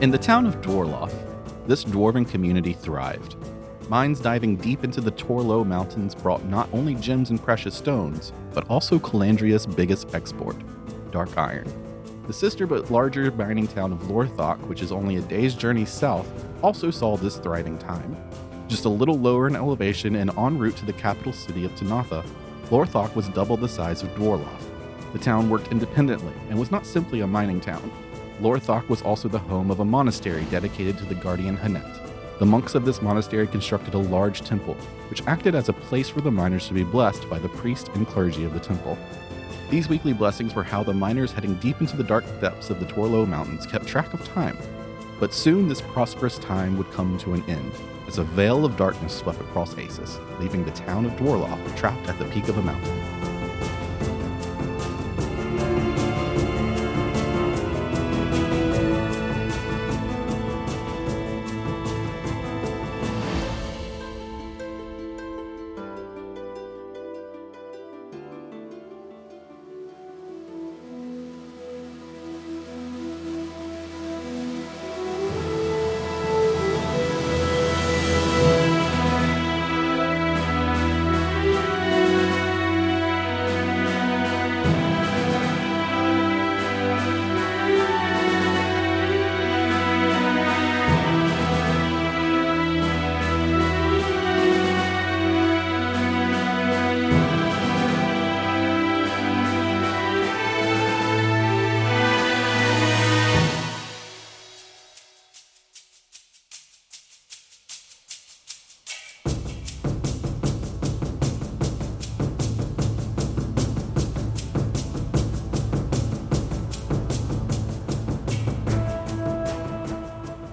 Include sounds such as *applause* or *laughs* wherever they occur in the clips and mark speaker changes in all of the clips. Speaker 1: In the town of Dwarlof, this dwarven community thrived. Mines diving deep into the Torlo Mountains brought not only gems and precious stones, but also Calandria's biggest export, dark iron. The sister but larger mining town of Lorthok, which is only a day's journey south, also saw this thriving time. Just a little lower in elevation and en route to the capital city of Tanatha, Lorthok was double the size of Dwarlof. The town worked independently and was not simply a mining town. Lorthok was also the home of a monastery dedicated to the guardian Hanet. The monks of this monastery constructed a large temple, which acted as a place for the miners to be blessed by the priest and clergy of the temple. These weekly blessings were how the miners heading deep into the dark depths of the Torlo Mountains kept track of time. But soon this prosperous time would come to an end, as a veil of darkness swept across Asis, leaving the town of Dwarlof trapped at the peak of a mountain.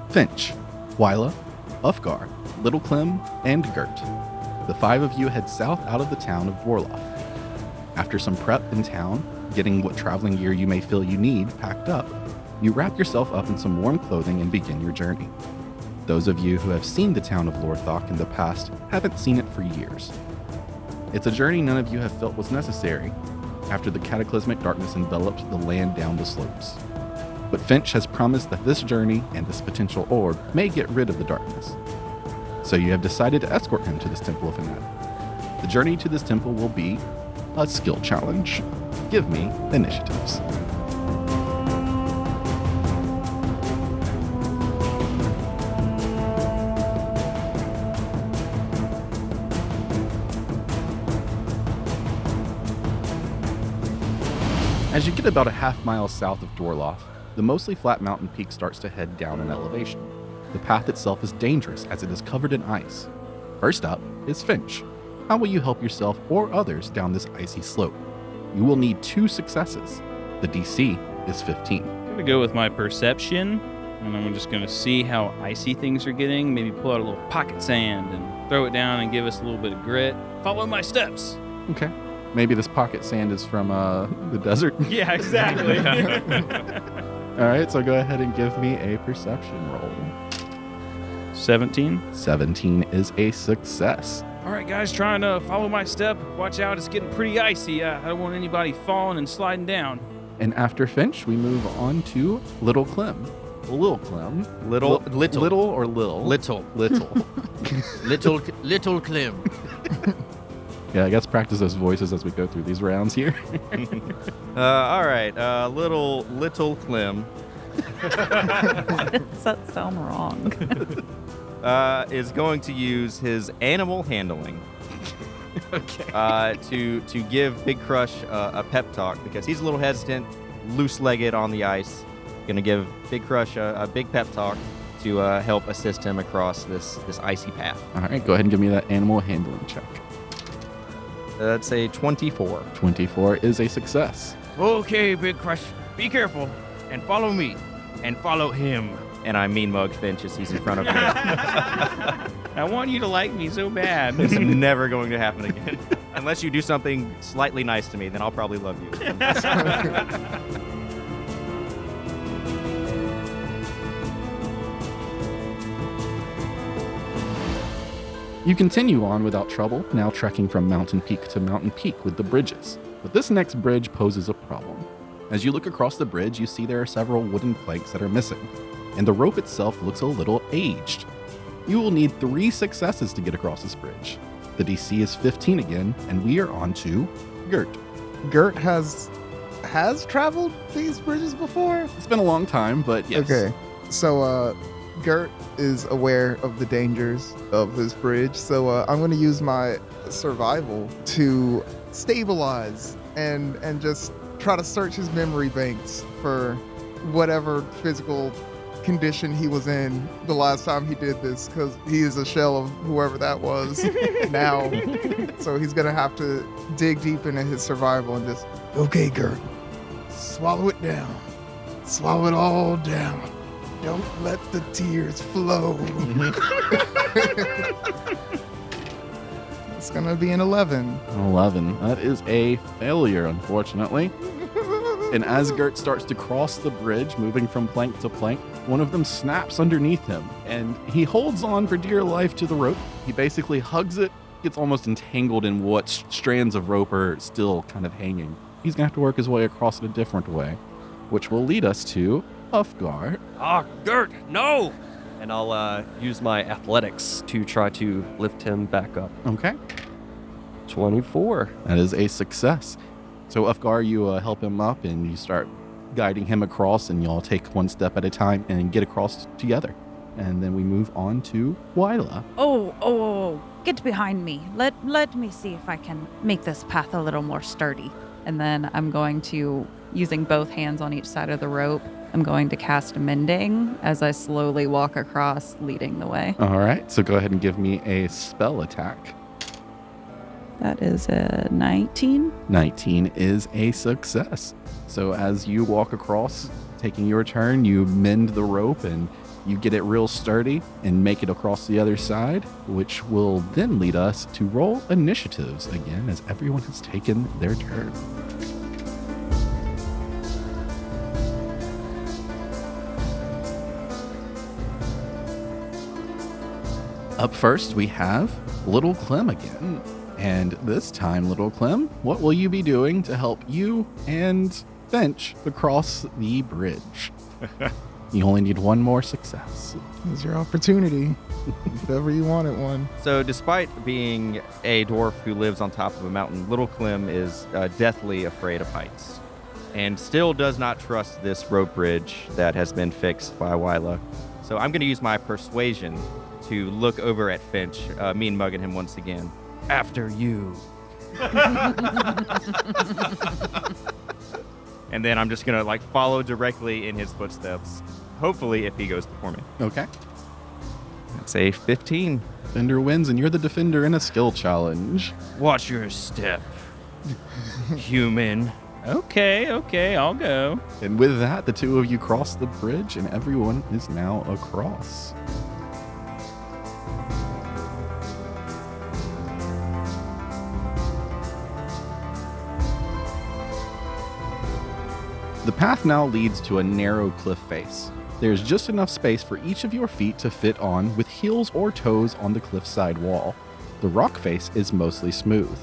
Speaker 1: Finch, Wyla, Ufgar, Little Clem, and Gert. The five of you head south out of the town of Dwarlof. After some prep in town, getting what traveling gear you may feel you need packed up, you wrap yourself up in some warm clothing and begin your journey. Those of you who have seen the town of Lorthok in the past haven't seen it for years. It's a journey none of you have felt was necessary after the cataclysmic darkness enveloped the land down the slopes but Finch has promised that this journey and this potential orb may get rid of the darkness. So you have decided to escort him to this Temple of Anat. The journey to this temple will be a skill challenge. Give me initiatives. As you get about a half mile south of Dorloff, the mostly flat mountain peak starts to head down in elevation. The path itself is dangerous as it is covered in ice. First up is Finch. How will you help yourself or others down this icy slope? You will need two successes. The DC is 15.
Speaker 2: I'm gonna go with my perception, and I'm just gonna see how icy things are getting. Maybe pull out a little pocket sand and throw it down and give us a little bit of grit. Follow my steps.
Speaker 1: Okay. Maybe this pocket sand is from uh, the desert.
Speaker 2: *laughs*
Speaker 1: *laughs*
Speaker 2: Yeah, exactly. *laughs*
Speaker 1: All right, so go ahead and give me a perception roll.
Speaker 2: 17.
Speaker 1: 17 is a success.
Speaker 2: All right, guys, trying to follow my step. Watch out, it's getting pretty icy. Uh, I don't want anybody falling and sliding down.
Speaker 1: And after Finch, we move on to Little Clem. Little Clem.
Speaker 3: Little-
Speaker 1: Li-
Speaker 3: little.
Speaker 1: Little or Lil?
Speaker 3: *laughs* Little,
Speaker 1: Little.
Speaker 3: little, little Clem.
Speaker 1: yeah, I guess practice those voices as we go through these rounds here. *laughs*
Speaker 3: Uh, all right, uh, little, little Clem
Speaker 4: Does that sound wrong?
Speaker 3: uh, is going to use his animal *laughs* handling
Speaker 1: okay.
Speaker 3: uh, to to give Big Crush uh, a pep talk because he's a little hesitant, loose-legged on the ice. Gonna give Big Crush a, a big pep talk to uh, help assist him across this this icy path.
Speaker 1: All right, go ahead and give me that animal handling check.
Speaker 3: That's a 24.
Speaker 1: 24 is a success.
Speaker 5: Okay, Big Crush, be careful and follow me and follow him.
Speaker 3: And I mean mug Finch as he's in front of *laughs* me.
Speaker 2: I want you to like me so
Speaker 5: *laughs*
Speaker 2: bad.
Speaker 6: *laughs*
Speaker 3: it's never going to happen again. *laughs* Unless you do something slightly nice to me, then I'll probably love
Speaker 6: *laughs*
Speaker 3: you.
Speaker 1: You continue on without trouble, now trekking from mountain peak to mountain peak with the bridges. But this next bridge poses a problem. As you look across the bridge, you see there are several wooden planks that are missing. and the rope itself looks a little aged. You will need three successes to get across this bridge. The DC is 15 again, and we are on to Gert.
Speaker 4: Gert has has traveled these bridges before.
Speaker 1: It's been a long time, but yes.
Speaker 4: Okay. So uh Gert is aware of the dangers of this bridge. So uh, I'm going to use my survival to stabilize and and just try to search his memory banks for whatever physical condition he was in the last time he did this cuz he is a shell of whoever that was now. So he's going to have to dig deep into his survival and just okay, Gert. Swallow it down. Swallow it all down. Don't let the tears flow. it's gonna be an 11.
Speaker 1: 11. That is a failure, unfortunately. And as Gert starts to cross the bridge, moving from plank to plank, one of them snaps underneath him and he holds on for dear life to the rope. He basically hugs it, gets almost entangled in what s- strands of rope are still kind of hanging. He's gonna have to work his way across in a different way, which will lead us to Ufgar.
Speaker 6: Ah, Gert, no!
Speaker 3: And I'll uh, use my athletics
Speaker 6: To try to lift him back up.
Speaker 1: Okay.
Speaker 6: 24.
Speaker 1: That is a success. So, Ufgar, you uh, help him up and you start guiding him across, and y'all take one step at a time and get across together. And then we move on to Wyla.
Speaker 7: Oh, oh, oh, oh, get behind me. Let let me see if I can make this path a little more sturdy. And then I'm going to using both hands on each side of the rope. I'm going to cast mending as I slowly walk across, leading the way.
Speaker 1: All right, so go ahead and give me a spell attack.
Speaker 7: That is a 19.
Speaker 1: 19 is a success. So, as you walk across, taking your turn, you mend the rope and you get it real sturdy and make it across the other side, which will then lead us to roll initiatives again as everyone has taken their turn. Up first, we have Little Clem again. And this time, Little Clem, what will you be doing to help you and Finch across the bridge? you only need one more success.
Speaker 4: It's your opportunity. if ever you wanted one.
Speaker 3: So, despite being a dwarf who lives on top of a mountain, Little Clem is uh, deathly afraid of heights and still does not trust this rope bridge that has been fixed by Wyla. So, I'm going to use my persuasion to look over at Finch, uh, mean mugging him once again. After you. *laughs* and then I'm just going to like follow directly in his footsteps, hopefully, if he goes before me.
Speaker 1: Okay.
Speaker 3: That's a 15.
Speaker 1: Defender wins, and you're the defender in a skill challenge.
Speaker 5: Watch your step, human.
Speaker 2: Okay, okay, I'll go.
Speaker 1: And with that, the two of you cross the bridge, and everyone is now across. The path now leads to a narrow cliff face. There is just enough space for each of your feet to fit on with heels or toes on the cliffside wall. The rock face is mostly smooth.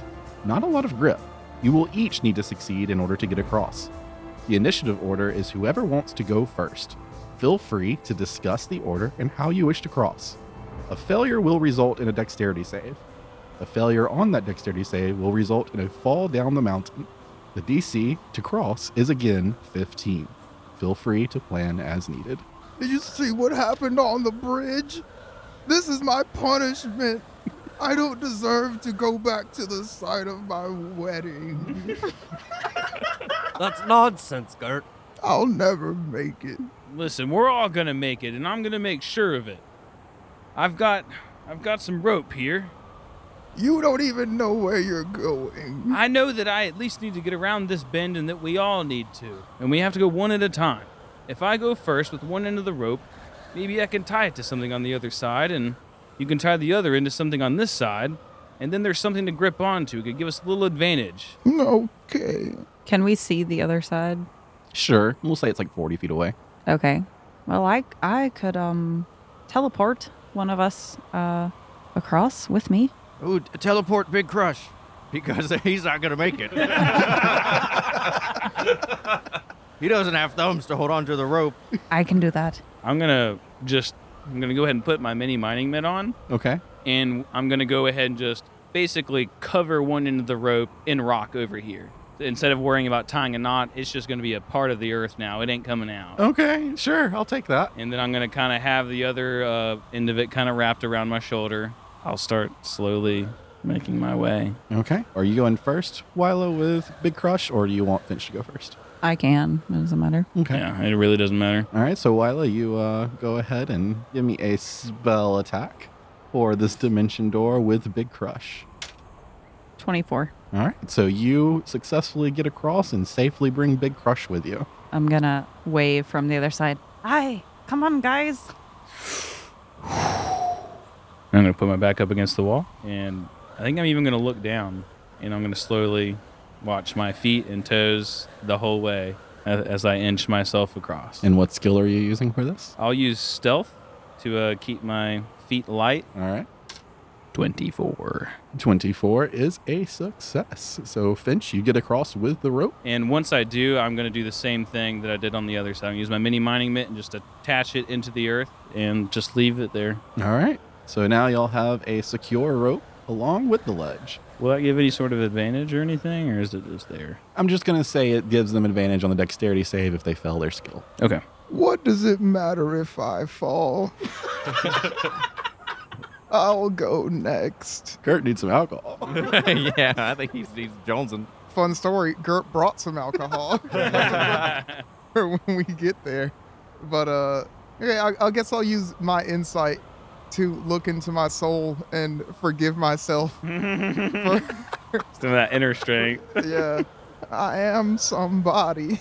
Speaker 1: Not a lot of grip. You will each need to succeed in order to get across. The initiative order is whoever wants to go first. Feel free to discuss the order and how you wish to cross. A failure will result in a dexterity save. A failure on that dexterity save will result in a fall down the mountain. The DC to cross is again 15. Feel free to plan as needed.
Speaker 4: Did you see what happened on the bridge? This is my punishment. I don't deserve to go back to the site of my wedding.
Speaker 6: That's nonsense, Gert.
Speaker 4: I'll never make it.
Speaker 2: Listen, we're all gonna make it, and I'm gonna make sure of it. I've got, I've got some rope here.
Speaker 4: You don't even know where you're going.
Speaker 2: I know that I at least need to get around this bend, and that we all need to, and we have to go one at a time. If I go first with one end of the rope, maybe I can tie it to something on the other side, and you can tie the other end to something on this side, and then there's something to grip onto. It could give us a little advantage.
Speaker 4: Okay.
Speaker 7: Can we see the other side?
Speaker 1: Sure, we'll say it's like 40 feet away.
Speaker 7: Okay. Well, I I could um teleport one of us uh across with me.
Speaker 5: Ooh, t- teleport Big Crush,
Speaker 3: *laughs*
Speaker 5: because he's not gonna make it.
Speaker 3: He doesn't have thumbs to hold onto the rope.
Speaker 7: I can do that.
Speaker 2: I'm gonna just I'm gonna go ahead and put my mini mining mitt on,
Speaker 1: Okay.
Speaker 2: and I'm gonna go ahead and just basically cover one end of the rope in rock over here. Instead of worrying about tying a knot, it's just gonna be a part of the earth now. It ain't coming out.
Speaker 1: Okay, sure. I'll take that.
Speaker 2: And then I'm gonna kind of have the other uh, end of it kind of wrapped around my shoulder. I'll start slowly making my way.
Speaker 1: Okay. Are you going first, Wilo, with Big Crush, or do you want Finch to go first?
Speaker 7: I can. It doesn't matter.
Speaker 1: Okay.
Speaker 2: Yeah, it really doesn't matter.
Speaker 1: All right. So, Wilo, you uh, go ahead and give me a spell attack for this dimension door with Big Crush.
Speaker 7: 24.
Speaker 1: All right. So, you successfully get across and safely bring Big Crush with you.
Speaker 7: I'm gonna wave from the other side. Hi, come on, guys.
Speaker 2: I'm gonna put my back up against the wall, and I think I'm even gonna look down, and I'm gonna slowly watch my feet and toes the whole way as, as I inch myself across.
Speaker 1: And what skill are you using for this?
Speaker 2: I'll use stealth to uh, keep my feet light.
Speaker 1: All right.
Speaker 2: 24.
Speaker 1: 24 is a success. So, Finch, you get across with the rope.
Speaker 2: And once I do, I'm gonna do the same thing that I did on the other side. I'm gonna use my mini mining mitt and just attach it into the earth and just leave it there.
Speaker 1: All right. So, now you'll have a secure rope along with the ledge.
Speaker 2: Will that give any sort of advantage or anything, or is it just there?
Speaker 1: I'm just going to say it gives them advantage on the dexterity save if they fail their skill.
Speaker 2: Okay.
Speaker 4: What does it matter if I fall? I'll go next.
Speaker 1: Kurt needs some alcohol.
Speaker 3: *laughs* yeah, I think he's, he's jonesing.
Speaker 4: Fun story Gert brought some alcohol *laughs* for when we get there. But, uh, okay, I, I guess I'll use my insight to look into my soul and forgive myself. for,
Speaker 2: Some of that inner strength.
Speaker 4: yeah. I am somebody.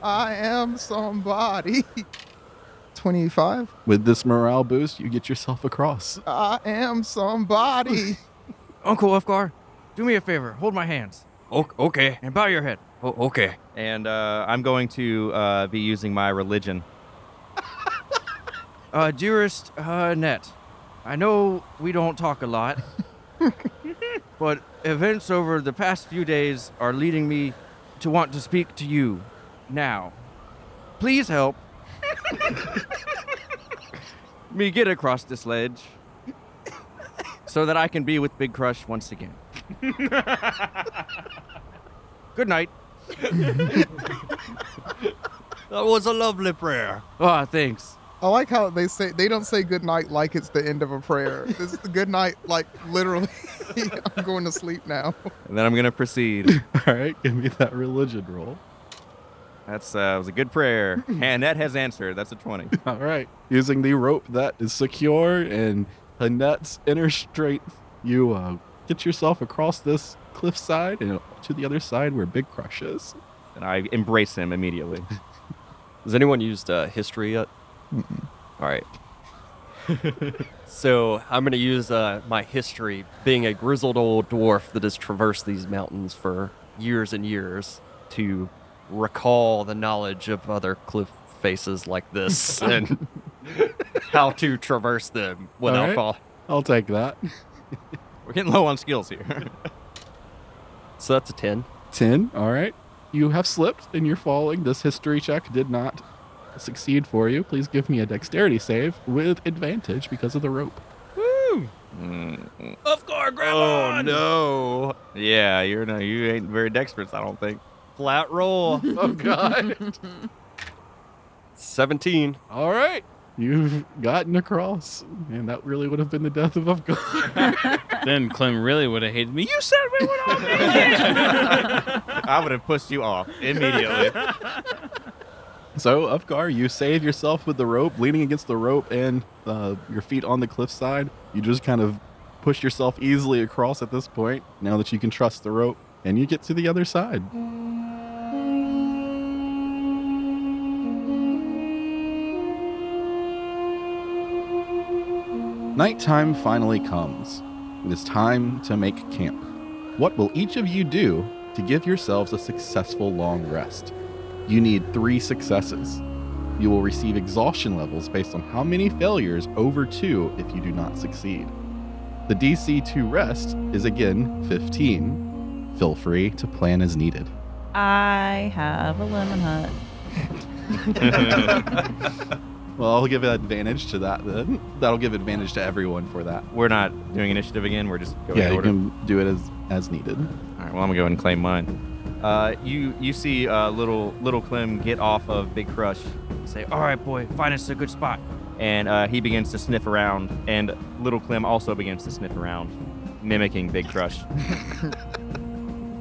Speaker 4: I am somebody. 25.
Speaker 1: With this morale boost, you get yourself across. *laughs*
Speaker 4: I am somebody.
Speaker 5: Uncle Ufgar, do me a favor. Hold my hands
Speaker 6: O- okay.
Speaker 5: and bow your head.
Speaker 6: O- Oh, okay.
Speaker 3: And uh, I'm going to uh, be using my religion.
Speaker 5: Uh, dearest uh, Net, I know we don't talk a lot, but events over the past few days are leading me to want to speak to you now. Please help me get across this ledge so that I can be with Big Crush once again. Good night.
Speaker 6: That was a lovely prayer.
Speaker 5: Ah, thanks.
Speaker 4: I like how they say they don't say good night like it's the end of a prayer. This is the good night, like literally. *laughs* I'm going to sleep now.
Speaker 3: And then I'm going to proceed.
Speaker 1: All right, give me that religion roll.
Speaker 3: That's uh, was a good prayer. And that has answered. That's a 20.
Speaker 1: All right. Using the rope that is secure and Hanette's inner strength, you uh, get yourself across this cliffside and to the other side where Big Crush is.
Speaker 3: And I embrace him immediately.
Speaker 6: Has anyone used uh, history yet? All right. so I'm going to use uh, my history, being a grizzled old dwarf that has traversed these mountains for years and years, to recall the knowledge of other cliff faces like *laughs* this and how to traverse them without
Speaker 1: right.
Speaker 6: fall.
Speaker 1: I'll take that.
Speaker 3: We're getting low on skills here.
Speaker 6: So that's a 10.
Speaker 1: 10. All right. You have slipped and you're falling. This history check did not succeed for you. Please give me a dexterity save with advantage because of the rope.
Speaker 2: Ufgar, grab on!
Speaker 3: Oh, no. Yeah, you're no, you ain't very dexterous, I don't think.
Speaker 6: Flat roll.
Speaker 1: *laughs* Oh, God.
Speaker 6: 17.
Speaker 1: All right. You've gotten across. And that really would have been the death *laughs* of Afghan.
Speaker 2: *laughs* Then Clem really would have hated me. You said we would all be
Speaker 3: I would have pushed
Speaker 1: *laughs*
Speaker 3: you off immediately.
Speaker 1: so, Afgar, you save yourself with the rope, leaning against the rope and uh, your feet on the cliffside. You just kind of push yourself easily across at this point, now that you can trust the rope, and you get to the other side. Nighttime finally comes. It is time to make camp. What will each of you do to give yourselves a successful long rest? You need three successes. You will receive exhaustion levels based on how many failures over two if you do not succeed. The DC to rest is again 15. Feel free to plan as needed.
Speaker 7: I have a lemon hut.
Speaker 1: Well, I'll give advantage to that then. That'll give advantage to everyone for that.
Speaker 3: We're not doing initiative again. We're just going
Speaker 1: yeah,
Speaker 3: to
Speaker 1: you
Speaker 3: order.
Speaker 1: can do it as as needed.
Speaker 3: All right. Well, I'm gonna go ahead and claim mine. Uh, you you see uh, little little Clem get off of Big Crush,
Speaker 5: Say, all right, boy, find us a good spot.
Speaker 3: and uh, he begins to sniff around, and little Clem also begins to sniff around, mimicking
Speaker 1: *laughs*
Speaker 3: Big Crush. uh,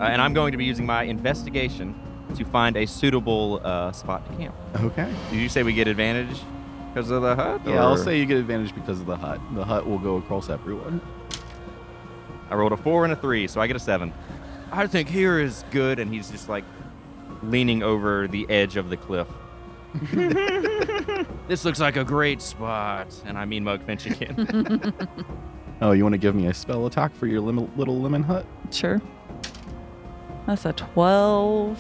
Speaker 3: and I'm going to be using my investigation to find a suitable uh, spot to camp.
Speaker 1: Okay.
Speaker 3: Did you say we get advantage because of the hut?
Speaker 1: Yeah, I'll
Speaker 3: or-
Speaker 1: say you get advantage because of the hut. The hut will go across everyone.
Speaker 3: I rolled a four and a three, so I get a seven. I think here is good, and he's just like leaning over the edge of the
Speaker 5: *laughs*
Speaker 3: cliff.
Speaker 5: This looks like a great spot.
Speaker 3: And I mean Mug Finch again. *laughs*
Speaker 1: Oh, you want to give me a spell attack for your lim- little lemon hut?
Speaker 7: Sure. That's a 12.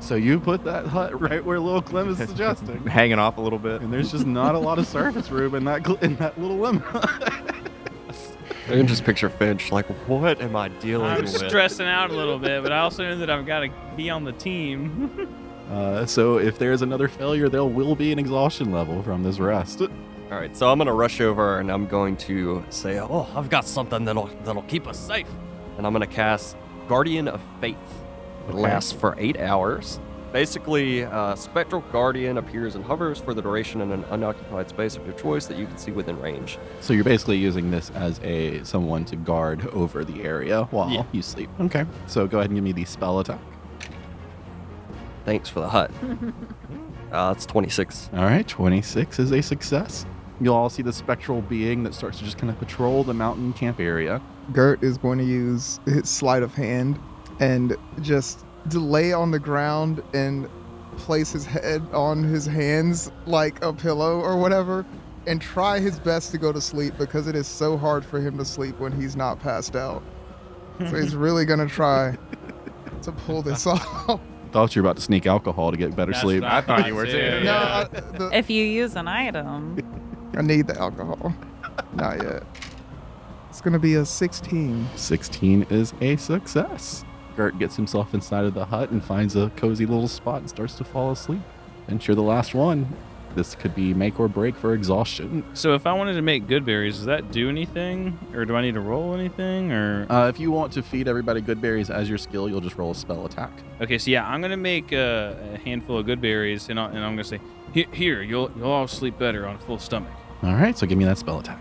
Speaker 1: So you put that hut *laughs* right where little Clem is suggesting,
Speaker 3: Hanging off a little bit.
Speaker 1: and there's just not a lot of surface room in that gl- in that little lemon hut.
Speaker 6: I can just picture Finch like, what am I dealing
Speaker 2: I'm
Speaker 6: with?
Speaker 2: stressing out a little bit, but I also know that I've got to be on the
Speaker 1: *laughs*
Speaker 2: team. *laughs*
Speaker 1: Uh, so if there is another failure, there will be an exhaustion level from this rest.
Speaker 6: All right, so I'm gonna rush over and I'm going to say, "Oh, I've got something that'll that'll keep us safe," and I'm gonna cast Guardian of Faith. It lasts for eight hours. Basically, uh, Spectral Guardian appears and hovers for the duration in an unoccupied space of your choice that you can see within range.
Speaker 1: So you're basically using this as a someone to guard over the area while
Speaker 6: Yeah.
Speaker 1: you sleep. Okay. So go ahead and give me the spell attack.
Speaker 6: Thanks for the hut. uh, it's 26.
Speaker 1: All right, 26 is a success. You'll all see the spectral being that starts to just kind of patrol the mountain camp area.
Speaker 4: Gert is going to use his sleight of hand and just delay on the ground and place his head on his hands like a pillow or whatever and try his best to go to sleep because it is so hard for him to sleep when he's not passed out. So he's really going to try to pull this *laughs* off.
Speaker 1: Thought you were about to sneak alcohol to get better
Speaker 2: That's
Speaker 1: sleep.
Speaker 2: what I thought
Speaker 3: you were too,
Speaker 4: No, I,
Speaker 2: yeah.
Speaker 4: the,
Speaker 7: If you use an item,
Speaker 4: I need the alcohol. Not yet. It's going to be a 16.
Speaker 1: 16 is a success. Gert gets himself inside of the hut and finds a cozy little spot and starts to fall asleep. And you're the last one. This could be make or break for exhaustion.
Speaker 2: So if I wanted to make good berries, does that do anything, or do I need to roll anything, or?
Speaker 1: Uh, if you want to feed everybody good berries as your skill, you'll just roll a spell attack.
Speaker 2: Okay, so yeah, I'm gonna make uh, a handful of good berries, and, i and I'm gonna say, "Here- here, you'll you'll all sleep better on a full stomach.
Speaker 1: All right, so give me that spell attack.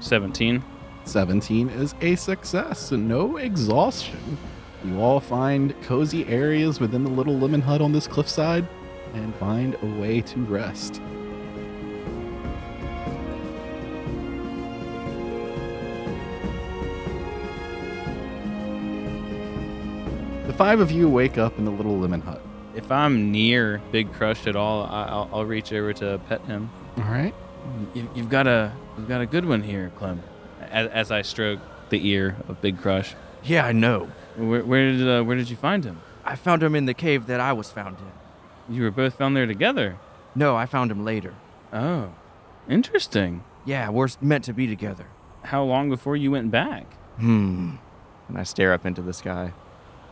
Speaker 2: 17.
Speaker 1: 17 is a success, no exhaustion. You all find cozy areas within the little lemon hut on this cliffside and find a way to rest. The five of you wake up in the little lemon hut.
Speaker 2: If I'm near Big Crush at all, I, I'll, I'll reach over to pet him.
Speaker 1: All right.
Speaker 2: You, you've got a you've got a good one here, Clem. As, as I stroke the ear of Big Crush,
Speaker 5: Yeah, I know.
Speaker 2: where, where did uh, where did you find him?
Speaker 5: I found him in the cave that I was found in.
Speaker 2: You were both found there together.
Speaker 5: No, I found him later.
Speaker 2: Oh, interesting.
Speaker 5: Yeah, we're meant to be together.
Speaker 2: How long before you went back? *laughs*
Speaker 5: Hmm.
Speaker 3: And I stare up into the sky.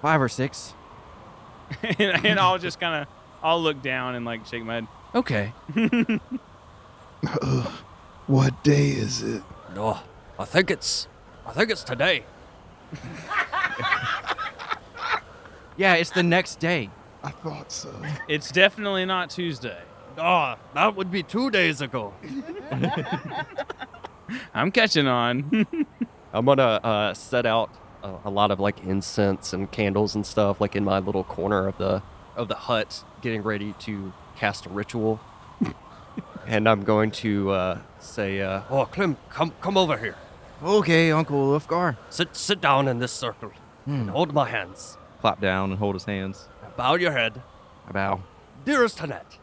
Speaker 5: Five or six.
Speaker 2: and, and I'll just kind of I'll look down and like shake my head.
Speaker 5: Okay.
Speaker 4: What day is it?
Speaker 6: Oh, I think it's I think it's today.
Speaker 5: Yeah, it's the next day.
Speaker 4: I thought so.
Speaker 2: It's definitely not Tuesday.
Speaker 6: Oh, that would be two days ago.
Speaker 2: I'm catching on. *laughs*
Speaker 6: I'm gonna uh, set out a, a lot of like incense and candles and stuff, like in my little corner of the of the hut, getting ready to cast a
Speaker 5: *laughs*
Speaker 6: ritual. and I'm going to uh, say, uh, "Oh, Clem, come come over here.
Speaker 5: Okay, Uncle Hmm. Ulfgar.
Speaker 6: Sit sit down in this circle and hold my hands.
Speaker 3: Plop down and hold his hands.
Speaker 6: Bow your head,
Speaker 3: I bow.
Speaker 6: dearest Annette.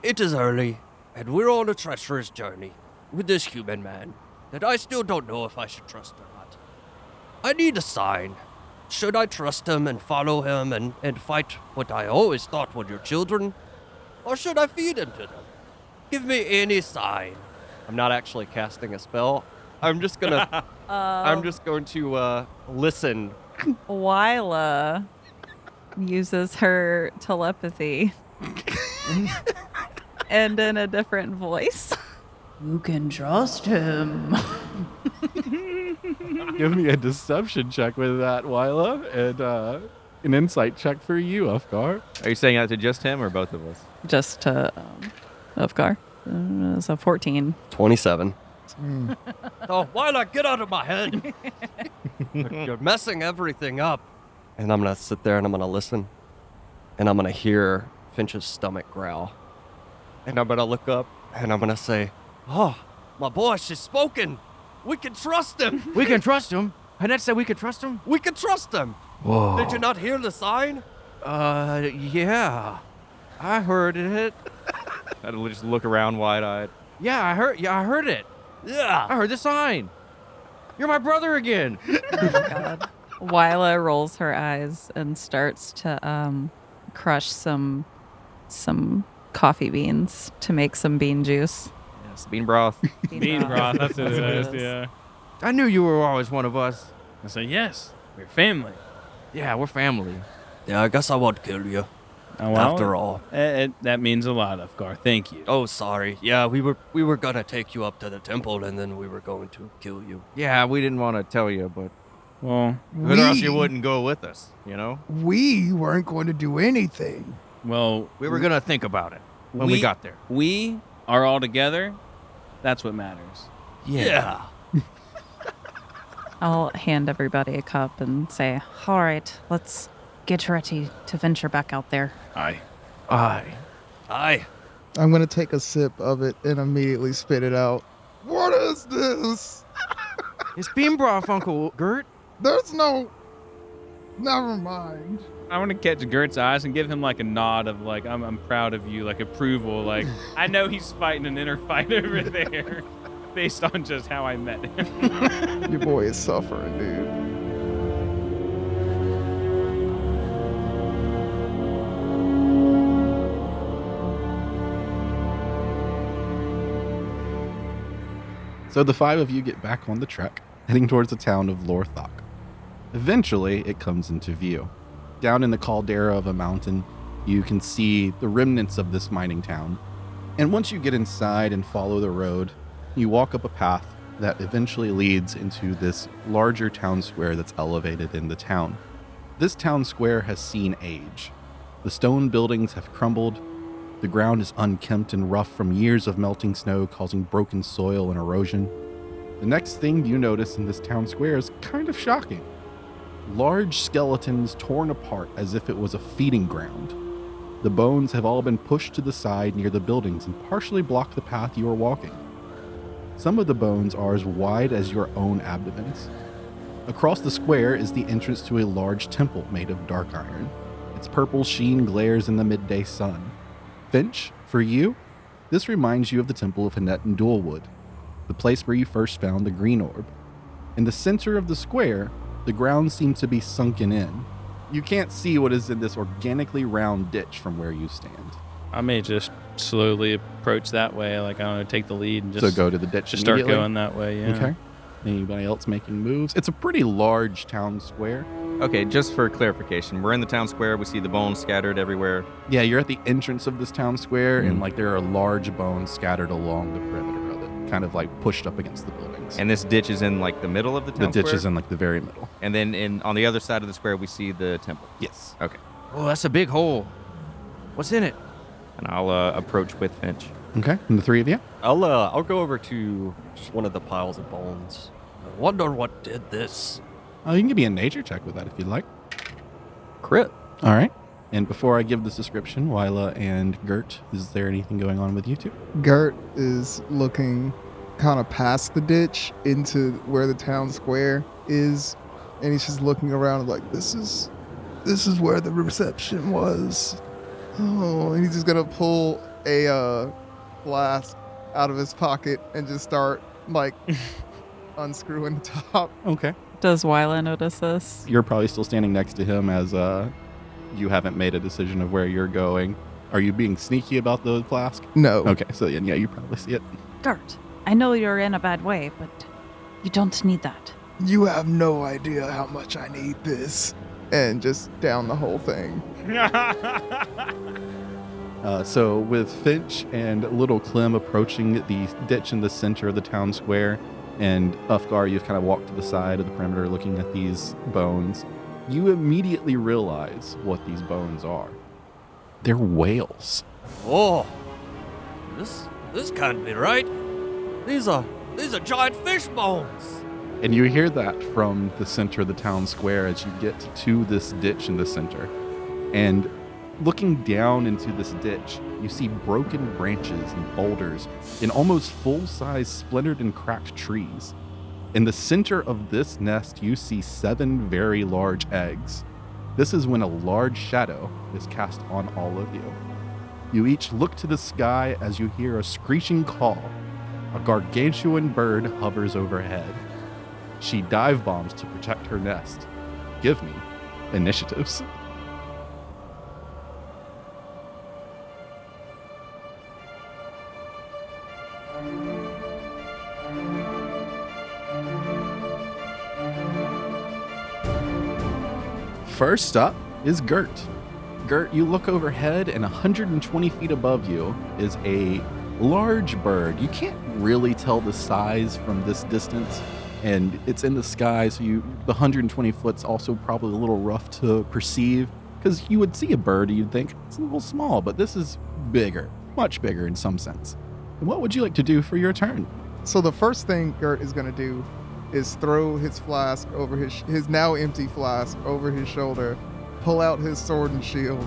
Speaker 6: It is early, and we're on a treacherous journey with this human man that I still don't know if I should trust or not. I need a sign. Should I trust him and follow him and, and fight what I always thought were your children? Or should I feed into them? Give me any sign. I'm not actually casting a spell. I'm just *laughs* gonna I'm just going to uh, listen.
Speaker 7: *laughs* Wyla uses her telepathy and in a different voice. You can trust him.
Speaker 8: Give me a deception check with that, Wyla, and uh, an insight check for you, Ufgar.
Speaker 3: Are you saying that to just him or both of us?
Speaker 7: Just to um, Ofgar. Uh, So 14.
Speaker 6: 27. *laughs* oh, why not get out of my head? *laughs* You're messing everything up. And I'm going to sit there and I'm going to listen. And I'm going to hear Finch's stomach growl. And I'm going to look up and I'm going to say, Oh, my boy, she's spoken. We can trust *laughs* him.
Speaker 5: We can trust him. Annette said we could trust him.
Speaker 6: We can trust him.
Speaker 5: Whoa.
Speaker 6: Did you not hear the sign?
Speaker 5: Uh, yeah. I heard it.
Speaker 3: I'd just look around wide eyed.
Speaker 5: Yeah, I heard. Yeah, I heard it. I
Speaker 6: Yeah.
Speaker 5: heard the sign. You're my brother again.
Speaker 7: Wyla rolls her eyes and starts to um, crush some some coffee beans to make some bean juice.
Speaker 3: Yes, bean broth.
Speaker 2: Bean broth, that's what
Speaker 7: That's
Speaker 2: it
Speaker 7: what
Speaker 2: is, *laughs* yeah.
Speaker 5: *laughs* I knew you were always one of us.
Speaker 2: I say, yes, we're family.
Speaker 5: Yeah, we're family.
Speaker 6: Yeah, I guess I won't kill you after all.
Speaker 2: that means a lot, Ofgar. Thank you.
Speaker 6: Oh, sorry. Yeah, we were we were gonna take you up to the temple, and then we were going to kill you.
Speaker 5: Yeah, we didn't want to tell you, but
Speaker 2: Well,
Speaker 3: Or else you
Speaker 4: We-
Speaker 3: wouldn't go with us, you know?
Speaker 4: We weren't going to do anything.
Speaker 2: well,
Speaker 5: we were gonna think about it when we,
Speaker 2: We-
Speaker 5: got there.
Speaker 2: we are all together. That's what matters.
Speaker 6: Yeah.
Speaker 7: I'll hand everybody a cup and say, "All right, let's get ready to venture back out there."
Speaker 2: Aye.
Speaker 5: I.
Speaker 6: Aye.
Speaker 4: I'm gonna take a sip of it and immediately spit it out. What is this?
Speaker 5: It's bean broth, Uncle Gert.
Speaker 4: There's no. Never mind.
Speaker 2: I want to catch Gert's eyes and give him like a nod of like I'm, I'm proud of you, like approval. Like I know he's fighting an inner fight *laughs* over there, based on just how I
Speaker 1: *laughs*
Speaker 2: met him.
Speaker 4: Your boy is suffering, dude.
Speaker 1: So the five of you get back on the trek, heading towards the town of Lorthok. Eventually, it comes into view. Down in the caldera of a mountain, you can see the remnants of this mining town. And once you get inside and follow the road, you walk up a path that eventually leads into this larger town square that's elevated in the town. This town square has seen age. The stone buildings have crumbled, the ground is unkempt and rough from years of melting snow, causing broken soil and erosion. The next thing you notice in this town square is kind of shocking large skeletons torn apart as if it was a feeding ground. The bones have all been pushed to the side near the buildings and partially block the path you are walking. Some of the bones are as wide as your own abdomens. Across the square is the entrance to a large temple made of dark iron. Its purple sheen glares in the midday sun. Finch, for you, this reminds you of the Temple of Hanet in Dualwood, the place where you first found the green orb. In the center of the square, the ground seems to be sunken in. You can't see what is in this organically round ditch from where you stand.
Speaker 2: I may just slowly approach that way, like I don't know, take the lead and just
Speaker 1: so go to the ditch
Speaker 2: just start
Speaker 1: immediately.
Speaker 2: going that way. Yeah.
Speaker 1: Okay. Anybody else making moves? It's a pretty large town square.
Speaker 3: Okay, just for clarification, we're in the town square. We see the bones scattered everywhere.
Speaker 1: Yeah, you're at the entrance of this town square,
Speaker 2: Hmm.
Speaker 1: and like there are large bones scattered along the perimeter of it, kind of like pushed up against the buildings.
Speaker 3: And this ditch is in like the middle of the
Speaker 1: the
Speaker 3: town
Speaker 1: ditch
Speaker 3: square?
Speaker 1: is in like the very middle.
Speaker 3: And then in on the other side of the square, we see the temple.
Speaker 1: Yes.
Speaker 5: Oh, that's a big hole. What's in it?
Speaker 3: And I'll uh, approach with Finch.
Speaker 1: Okay, and the three of you?
Speaker 6: I'll uh, I'll go over to just one of the piles of bones. I wonder what did this.
Speaker 1: Oh, you can give me a nature check with that if you'd like.
Speaker 6: Crit.
Speaker 1: All right. And before I give this description, Wyla and Gert, is there anything going on with you two?
Speaker 4: Gert is looking kind of past the ditch into where the town square is, and he's just looking around like, this is, this is where the reception was. Oh, and he's just gonna pull a uh, flask out of his pocket and just start like unscrewing the top.
Speaker 1: Okay.
Speaker 7: Does Wyla notice this?
Speaker 1: You're probably still standing next to him as uh, you haven't made a decision of where you're going. Are you being sneaky about the flask?
Speaker 4: No.
Speaker 1: Okay, so yeah, yeah, you probably see it.
Speaker 7: Gert, I know you're in a bad way, but you don't need that.
Speaker 4: You have no idea how much I need this. And just down the whole thing.
Speaker 1: Uh, so, with Finch and Little Clem approaching the ditch in the center of the town square, and Ufgar, you've kind of walked to the side of the perimeter looking at these bones, you immediately realize what these bones are. They're whales.
Speaker 6: Oh, this this can't be right. These are these are giant fish bones.
Speaker 1: And you hear that from the center of the town square as you get to this ditch in the center. And looking down into this ditch, you see broken branches and boulders and almost full size splintered and cracked trees. In the center of this nest, you see seven very large eggs. This is when a large shadow is cast on all of you. You each look to the sky as you hear a screeching call. A gargantuan bird hovers overhead. She dive bombs to protect her nest. Give me initiatives. First up is Gert. Gert, you look overhead, and 120 feet above you is a large bird. You can't really tell the size from this distance, and it's in the sky, so you the 120 foot's also probably a little rough to perceive because you would see a bird and you'd think it's a little small, but this is bigger, much bigger in some sense. And what would you like to do for your turn?
Speaker 4: So the first thing Gert is gonna do is throw his flask over his his now empty flask over his shoulder, pull out his sword and shield,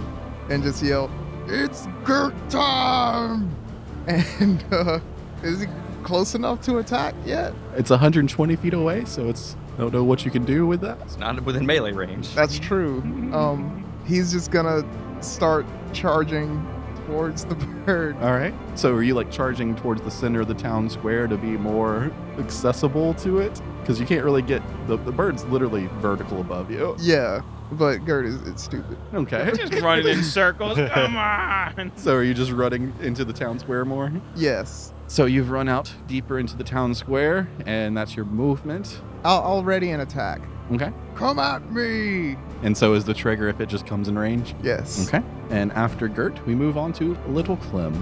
Speaker 4: and just yell, "It's Gert time!" *laughs* And uh, is he close enough to attack yet?
Speaker 1: It's 120 feet away, so it's don't know what you can do with that.
Speaker 3: It's not within melee range.
Speaker 5: Uh,
Speaker 4: That's true. Um, he's just gonna start charging towards the *laughs* bird.
Speaker 1: All right. So are you like charging towards the center of the town square to be more accessible to it? Because you can't really get the, the bird's literally vertical above you.
Speaker 4: Yeah, but Gert is it's stupid.
Speaker 1: *laughs* Okay.
Speaker 2: Just running in circles. Come on.
Speaker 1: so are you just running into the town square more?
Speaker 4: Yes.
Speaker 1: So you've run out deeper into the town square, and that's your movement.
Speaker 4: I'll already an attack.
Speaker 1: Okay.
Speaker 4: Come at me!
Speaker 1: And so is the trigger if it just comes in range.
Speaker 4: Yes.
Speaker 1: Okay. And after Gert, we move on to Little Clem.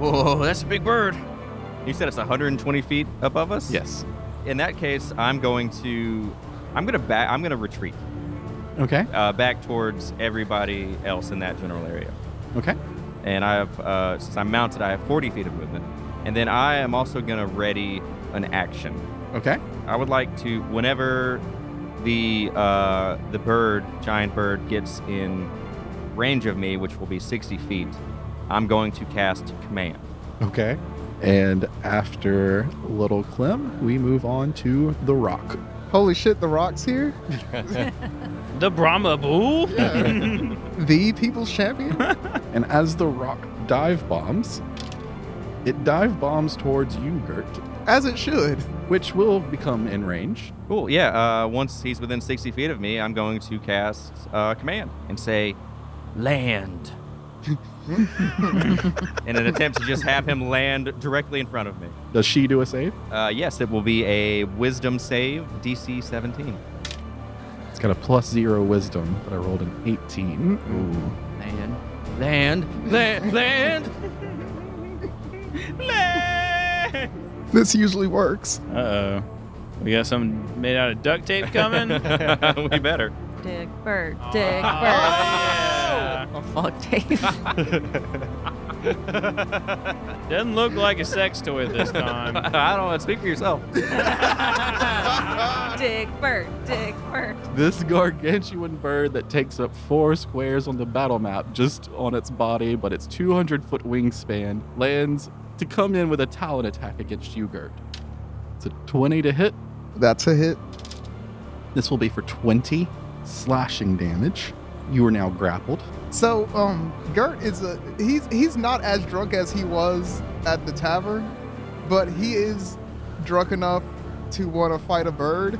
Speaker 6: Whoa, that's a big bird.
Speaker 3: You said it's 120 feet above us.
Speaker 1: Yes.
Speaker 3: In that case, I'm going to, I'm gonna back, I'm gonna retreat
Speaker 1: Okay.
Speaker 3: uh, back towards everybody else in that general area.
Speaker 1: Okay.
Speaker 3: And I have, uh, since I'm mounted, I have 40 feet of movement. And then I am also gonna ready an action.
Speaker 1: Okay.
Speaker 3: I would like to, whenever the uh, the bird, giant bird, gets in range of me, which will be 60 feet, I'm going to cast command.
Speaker 1: Okay. And after Little Clem, we move on to the Rock.
Speaker 4: Holy shit, the rock's here?
Speaker 2: The Brahma Bull?
Speaker 4: Yeah. the people's champion?
Speaker 1: And as the rock dive bombs, it dive bombs towards you, Gert,
Speaker 4: As it should.
Speaker 1: which will become in range.
Speaker 3: Cool. Yeah. Uh, once he's within 60 feet of me, I'm going to cast uh, command and say land. in an attempt to just have him land directly in front of me.
Speaker 1: Does she do a save?
Speaker 3: Uh, yes, it will be a wisdom save, DC 17.
Speaker 1: It's got a plus zero wisdom, but I rolled an 18. Ooh.
Speaker 5: Land, land, land, land.
Speaker 4: This usually works.
Speaker 2: Uh oh. We got something made out of duct tape coming?
Speaker 1: *laughs*
Speaker 3: *laughs* we better.
Speaker 7: Dig bird, dig bird.
Speaker 2: Oh, Yeah.
Speaker 7: Oh, fuck, Dave.
Speaker 2: *laughs* Doesn't look like a sex toy
Speaker 1: *laughs*
Speaker 2: this time.
Speaker 3: *laughs* I don't know. Speak for yourself.
Speaker 7: dig bird, dig bird.
Speaker 1: This gargantuan bird that takes up four squares on the battle map just on its body, but its 200 foot wingspan, lands to come in with a talon attack against you, Gert. It's a 20 to hit.
Speaker 4: That's a hit.
Speaker 1: This will be for 20 slashing damage. You are now grappled.
Speaker 4: So, um, Gert is a he's he's not as drunk as he was at the tavern, but he is drunk enough to want to fight a bird.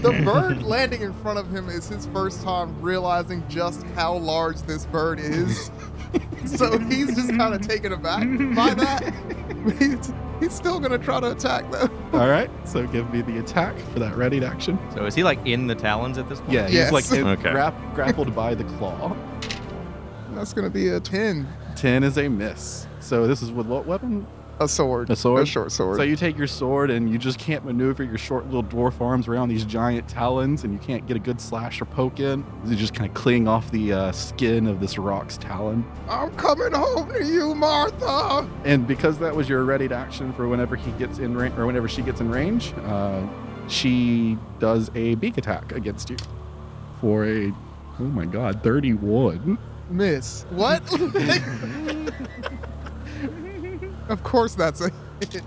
Speaker 4: The bird landing in front of him is his first time realizing just how large this bird is. so he's just kind of taken aback by that. *laughs* He's, he's still gonna try to attack though.
Speaker 1: All right, so give me the attack for that readied action.
Speaker 3: So is he like in the talons at this point?
Speaker 4: *laughs*
Speaker 1: Yeah, he's
Speaker 4: Yes.
Speaker 1: like
Speaker 3: Okay.
Speaker 1: grap- grappled by the claw.
Speaker 4: That's gonna be a ten.
Speaker 1: Ten is a miss. So this is with what weapon?
Speaker 4: A sword.
Speaker 1: A sword?
Speaker 4: A short sword.
Speaker 1: So you take your sword and you just can't maneuver your short little dwarf arms around these giant talons, and you can't get a good slash or poke in. You just kind of cling off the uh, skin of this rock's talon.
Speaker 4: I'm coming home to you, Martha.
Speaker 1: And because that was your readied action for whenever he gets in range or whenever she gets in range, uh, she does a beak attack against you for a oh my god, 31.
Speaker 4: Miss.
Speaker 1: *laughs*
Speaker 4: What? of course that's a *laughs* hit.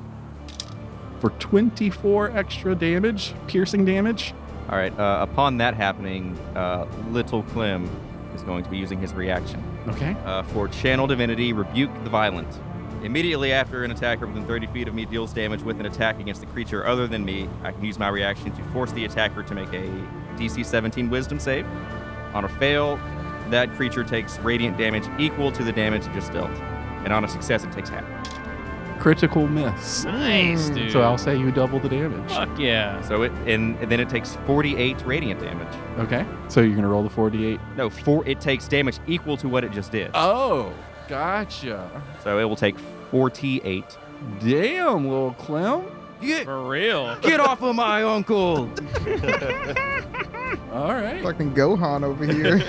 Speaker 1: For 24 extra damage, piercing damage.
Speaker 3: All right. Uh, upon that happening, uh, Little Clem is going to be using his reaction
Speaker 1: Okay.
Speaker 3: uh, for Channel Divinity Rebuke the Violent. Immediately after an attacker within 30 feet of me deals damage with an attack against a creature other than me, I can use my reaction to force the attacker to make a DC 17 Wisdom save. On a fail, that creature takes radiant damage equal to the damage it just dealt, and on a success, it takes half.
Speaker 1: Critical miss.
Speaker 2: Nice, dude.
Speaker 1: Mm. So I'll say you double the damage.
Speaker 2: Fuck yeah.
Speaker 3: So it and, and then it takes 48 radiant damage.
Speaker 1: Okay. So you're gonna roll the 48.
Speaker 3: No, four. It takes damage equal to what it just did.
Speaker 1: Oh, gotcha.
Speaker 3: So it will take 48.
Speaker 1: Damn, little clown.
Speaker 5: Get,
Speaker 2: For real.
Speaker 5: get off of my uncle!
Speaker 1: All right.
Speaker 4: Fucking Gohan
Speaker 1: *laughs*
Speaker 4: over here.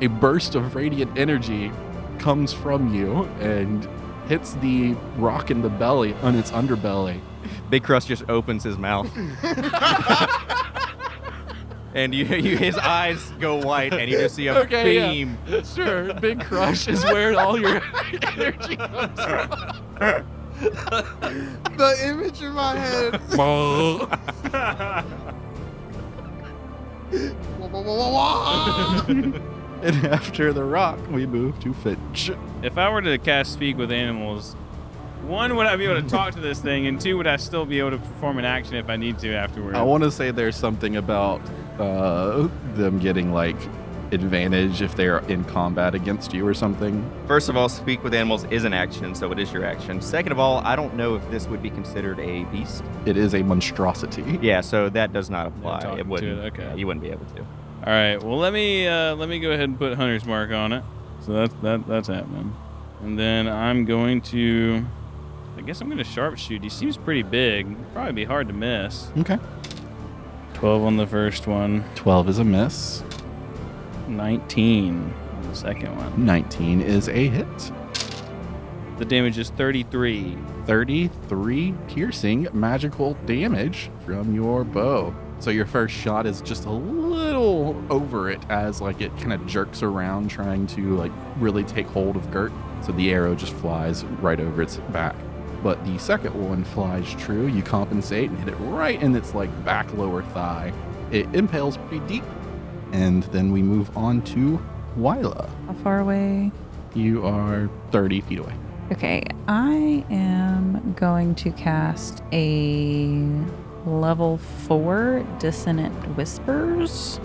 Speaker 1: a burst of radiant energy comes from you and hits the rock in the belly on its underbelly.
Speaker 3: *laughs* Big Crush just opens his mouth. and you, you, his eyes go white, and you
Speaker 1: *laughs*
Speaker 3: just see a
Speaker 8: Okay, yeah.
Speaker 3: beam.
Speaker 8: Sure, Big Crush is where all
Speaker 1: *laughs*
Speaker 8: your energy comes
Speaker 4: the image in
Speaker 1: *laughs*
Speaker 4: my head.
Speaker 8: from.
Speaker 4: Wah, wah, wah, wah, wah.
Speaker 1: And after the rock, we move to Finch.
Speaker 2: If I were to cast Speak with Animals, one, would I be able to talk to this thing? And two, would I still be able to perform an action if I need to afterward?
Speaker 1: I want to say there's something about uh, them getting like advantage if they're in combat against you or something.
Speaker 3: First of all, speak with animals is an action, so it is your action. Second of all, I don't know if this would be considered a beast.
Speaker 1: It is a monstrosity.
Speaker 3: Yeah, so that does not apply.
Speaker 2: talking
Speaker 3: it
Speaker 2: to
Speaker 3: wouldn't.
Speaker 2: it, okay.
Speaker 3: yeah, you wouldn't be able to.
Speaker 2: All right. Well, let me uh, let me go ahead and put Hunter's Mark on it. So that's that that's happening. And then I'm going to. I guess I'm going to sharpshoot. He seems pretty big. Probably be hard to miss.
Speaker 1: Okay.
Speaker 2: 12 on the first one,
Speaker 1: 12 is a miss.
Speaker 2: 19 on the second one.
Speaker 1: 19 is a hit.
Speaker 2: The damage is 33.
Speaker 1: 33 piercing magical damage from your bow. So your first shot is just a little over it as like it kind of jerks around trying to like really take hold of Gert. So the arrow just flies right over its back. But the second one flies true. You compensate and hit it right in its like back lower thigh. It impales pretty deep. And then we move on to Wyla.
Speaker 7: How far away?
Speaker 1: You are 30 feet away.
Speaker 7: Okay, I am going to cast a level four dissonant whispers.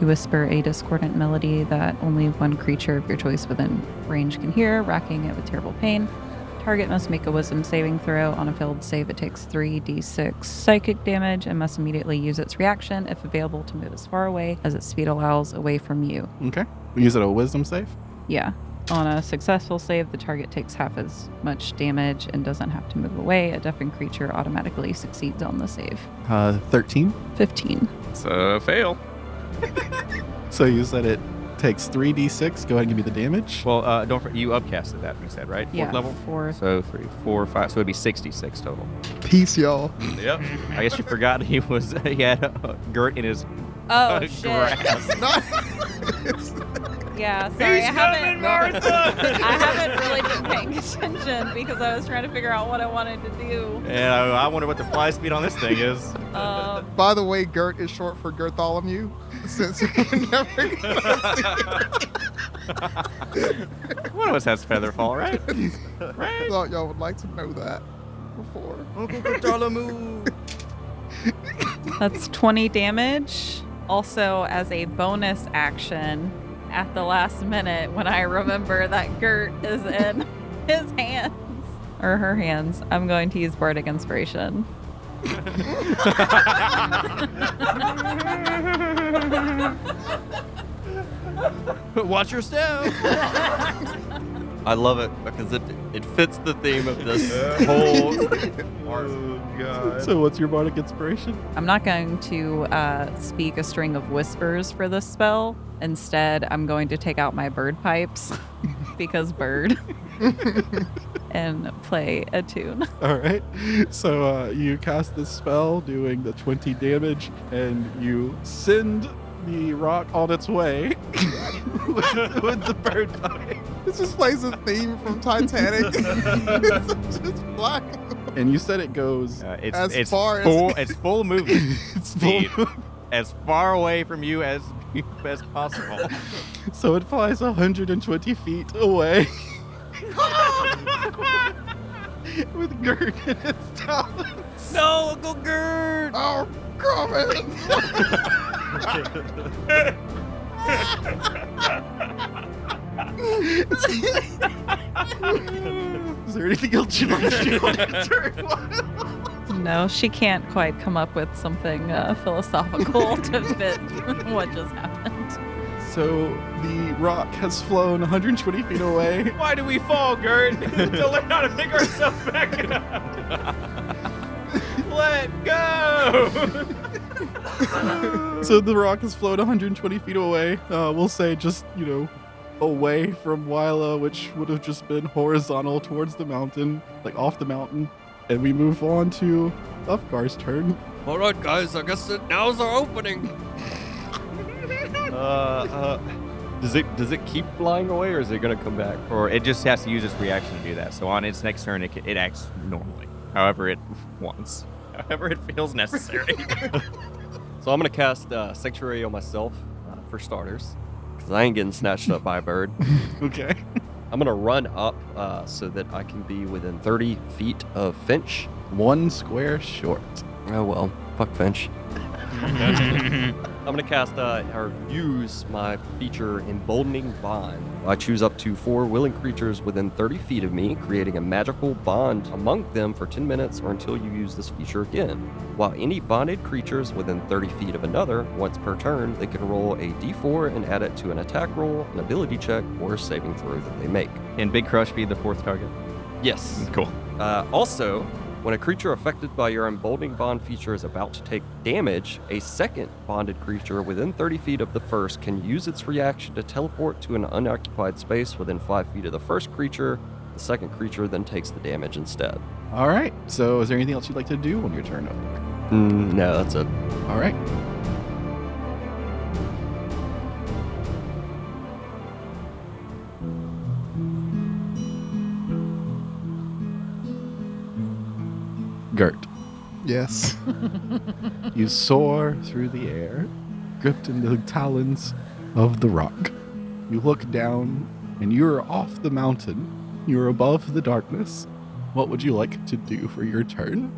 Speaker 7: You whisper a discordant melody that only one creature of your choice within range can hear, racking it with terrible pain. Target must make a wisdom saving throw. On a failed save, it takes 3d6 psychic damage and must immediately use its reaction, if available, to move as far away as its speed allows away from you.
Speaker 1: Okay. Is it a wisdom save?
Speaker 7: Yeah. On a successful save, the target takes half as much damage and doesn't have to move away. A deafened creature automatically succeeds on the save.
Speaker 1: Uh, 13.
Speaker 7: 15.
Speaker 3: It's a fail.
Speaker 1: So you said it takes 3d6. Go ahead and give me the damage.
Speaker 3: Well, uh, don't for, you upcasted that. You said right? Fourth
Speaker 7: yeah.
Speaker 3: level.
Speaker 7: Four.
Speaker 3: So three, four, five. So it'd be 66 total.
Speaker 4: Peace, y'all.
Speaker 3: Yep. I guess you forgot he was *laughs* he had uh, Gert in his
Speaker 7: Oh,
Speaker 3: grass.
Speaker 7: *laughs* shit. Yeah, sorry. I haven't, *laughs* I haven't really been paying attention because I was trying to figure out what I wanted to do.
Speaker 3: And I, I wonder what the fly speed on this thing is.
Speaker 7: Um,
Speaker 4: By the way, Gert is short for Gertholomew,
Speaker 1: *laughs*
Speaker 4: since *laughs* you can never *laughs*
Speaker 3: One of us has feather fall, right? Uh,
Speaker 4: I thought y'all would like to know that before.
Speaker 5: Uncle Bartholomew!
Speaker 7: That's 20 damage. Also, as a bonus action, at the last minute, when I remember that Gert is in his hands or her hands, I'm going to use Bardic Inspiration.
Speaker 6: Watch your step. *laughs* I love it because it it fits the theme of this whole
Speaker 8: So, what's your bardic inspiration? *laughs*
Speaker 7: I'm not going to uh, speak a string of whispers for this spell. Instead, I'm going to take out my bird pipes *laughs* because bird and play a tune.
Speaker 8: All right. So uh, you cast this spell, doing the 20 damage, and you send the rock on its way *laughs* with, with the bird bite.
Speaker 4: This just plays a theme from Titanic. it's just black.
Speaker 8: And you said it goes.
Speaker 3: Uh, it's
Speaker 4: As
Speaker 3: it's
Speaker 4: far as-
Speaker 3: full it's full movement
Speaker 8: It's full.
Speaker 3: speed, as far away from you as *laughs* as possible.
Speaker 8: So it flies 120 feet away. *laughs* with Gert in its talons.
Speaker 2: *laughs* No, Uncle Gerd!
Speaker 4: Oh, coming.
Speaker 8: *laughs* Is there anything else you want to do?
Speaker 7: No, she can't quite come up with something uh, philosophical *laughs* to fit what just happened.
Speaker 8: So the rock has flown 120 feet away.
Speaker 2: *laughs* Why do *laughs* we fall, Gerd? to learn how to pick ourselves back up.
Speaker 8: *laughs*
Speaker 2: Let go!
Speaker 8: So the rock has flown 120 feet away. Uh, we'll say just, you know, away from Wyla, which would have just been horizontal towards the mountain, like off the mountain. And we move on to Ufgar's turn.
Speaker 6: All right, guys. I guess it, now's our opening.
Speaker 3: Uh, uh,
Speaker 6: Does it does it keep flying away, or is it gonna come back?
Speaker 3: or it just has to use its reaction to do that. So on its next turn, it, ca- it acts normally, however it *laughs* wants, however it feels necessary.
Speaker 6: *laughs* So I'm gonna cast uh, Sanctuary on myself uh, for starters, because I ain't getting snatched up by
Speaker 2: *laughs*
Speaker 6: a bird.
Speaker 8: Okay.
Speaker 6: I'm gonna run up uh, so that I can be within 30 feet of Finch.
Speaker 1: One square short.
Speaker 6: Oh well, fuck Finch. I'm gonna cast uh, or use my feature Emboldening Bond. I choose up to four willing creatures within 30 feet of me, creating a magical bond among them for 10 minutes or until you use this feature again. While any bonded creatures within 30 feet of another, once per turn, they can roll a d4 and add it to an attack roll, an ability check, or a saving throw that they make.
Speaker 3: and Big Crush be the fourth target.
Speaker 6: Yes.
Speaker 3: Cool.
Speaker 6: Uh, also, when a creature affected by your emboldening bond feature is about to take damage, a second bonded creature within 30 feet of the first can use its reaction to teleport to an unoccupied space within 5 feet of the first creature. The second creature then takes the damage instead.
Speaker 1: All right. So is there anything else you'd like to do on your turn? Ufgar?
Speaker 6: Mm, no, that's it.
Speaker 1: All right. Gert.
Speaker 4: Yes.
Speaker 1: You soar through the air, gripped in the talons of the rock. You look down, and you're off the mountain. You're above the darkness. What would you like to do for your turn?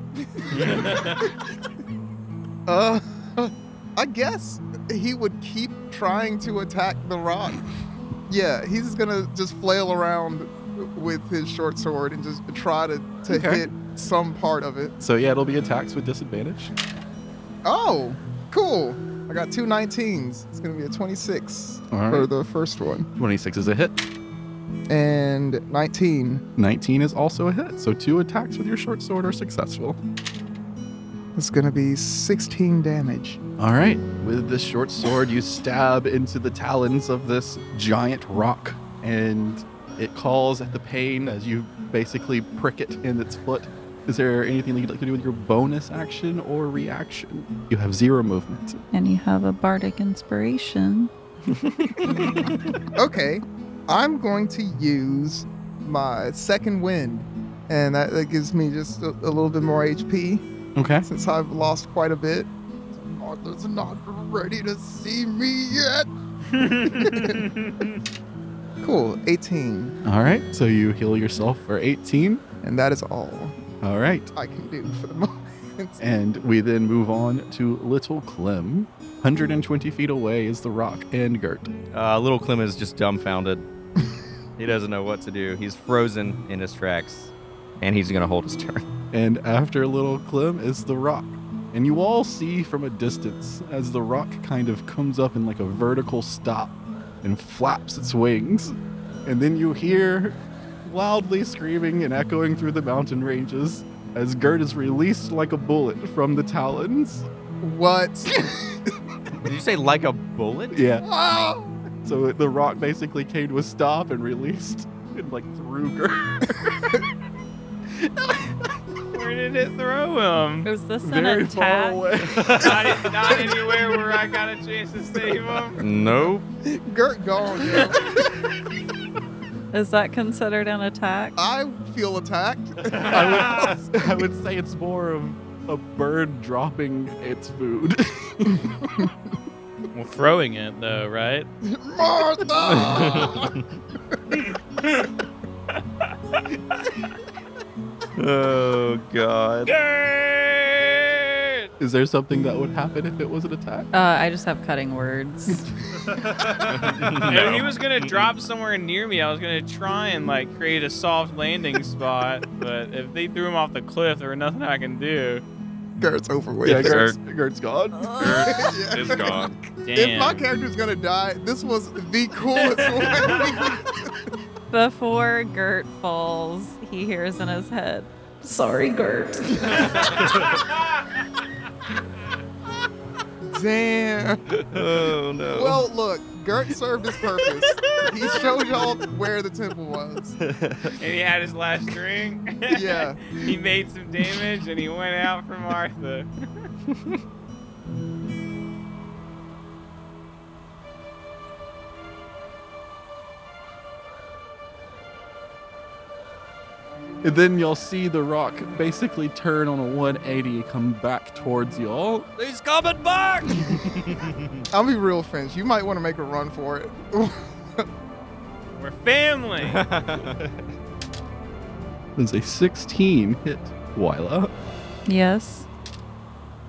Speaker 4: Uh, I guess he would keep trying to attack the rock. Yeah, he's gonna just flail around with his short sword and just try to, to
Speaker 8: Okay.
Speaker 4: hit some part of it.
Speaker 1: So, yeah, it'll be attacks with disadvantage.
Speaker 4: Oh, cool. I got two 19s. It's gonna be a 26
Speaker 1: All right.
Speaker 4: for the first one.
Speaker 1: 26 is a hit.
Speaker 4: And 19.
Speaker 1: 19 is also a hit. So, two attacks with your short sword are successful.
Speaker 4: It's gonna be 16 damage.
Speaker 1: All right. With this short sword, you stab into the talons of this giant rock, and it calls at the pain as you basically prick it in its foot. Is there anything that you'd like to do with your bonus action or reaction? You have zero movement.
Speaker 7: And you have a bardic inspiration.
Speaker 4: Okay, I'm going to use my second wind, and that, that gives me just a, a little bit more HP.
Speaker 1: Okay.
Speaker 4: since I've lost quite a bit. Arthur's not ready to see me yet. cool, 18.
Speaker 1: All right. So you heal yourself for 18.
Speaker 4: And that is all
Speaker 1: All right.
Speaker 4: I can do for the moment.
Speaker 1: And we then move on to Little Clem. 120 feet away is the rock and Gert.
Speaker 3: Uh, little Clem is just dumbfounded. he doesn't know what to do. He's frozen in his tracks, and he's gonna hold his turn.
Speaker 1: And after Little Clem is the rock. And you all see from a distance as the rock kind of comes up in like a vertical stop and flaps its wings. And then you hear loudly screaming and echoing through the mountain ranges as Gert is released like a bullet from the talons.
Speaker 4: What?
Speaker 3: Did you say like a bullet?
Speaker 1: Yeah.
Speaker 4: Ah,
Speaker 1: So the rock basically came to a stop and released and like threw Gert.
Speaker 5: Where did it throw
Speaker 1: *laughs*
Speaker 5: him?
Speaker 7: Was this an
Speaker 1: very far
Speaker 7: attack?
Speaker 1: away. *laughs*
Speaker 5: not, not anywhere where I got a chance to save him.
Speaker 3: Nope.
Speaker 4: Gert gone. yo.
Speaker 7: Is that considered an attack?
Speaker 4: I feel attacked.
Speaker 1: I would, I would say it's more of a bird dropping its food. *laughs*
Speaker 5: Well, throwing it though, right?
Speaker 4: Martha!
Speaker 3: Oh God.
Speaker 1: Is there something that would happen if it was an attack?
Speaker 7: Uh, I just have
Speaker 1: *laughs*
Speaker 7: cutting words.
Speaker 5: If he was gonna drop somewhere near me, I was gonna try and like create a soft landing spot. But if they threw him off the cliff, there was nothing I can do.
Speaker 4: Gert's over with.
Speaker 1: Yeah,
Speaker 9: Gert-
Speaker 1: Gert's, Gert's gone.
Speaker 9: Gert is gone.
Speaker 5: Damn.
Speaker 4: If my character's gonna die, this was the coolest one.
Speaker 7: Before Gert falls, he hears in his head, Sorry, Gert.
Speaker 4: Damn.
Speaker 3: Oh no.
Speaker 4: Well, look, Gert served his purpose. He showed y'all where the temple was.
Speaker 5: and he had his last drink.
Speaker 4: Yeah.
Speaker 5: *laughs* he made some damage and he went out for Martha.
Speaker 1: And then y'all see the rock basically turn on a 180 and come back towards y'all.
Speaker 10: He's coming back!
Speaker 4: I'll be real, Finch. You might want to make a run for it. *laughs*
Speaker 5: We're family.
Speaker 1: There's a 16 hit Wyla,
Speaker 7: Yes.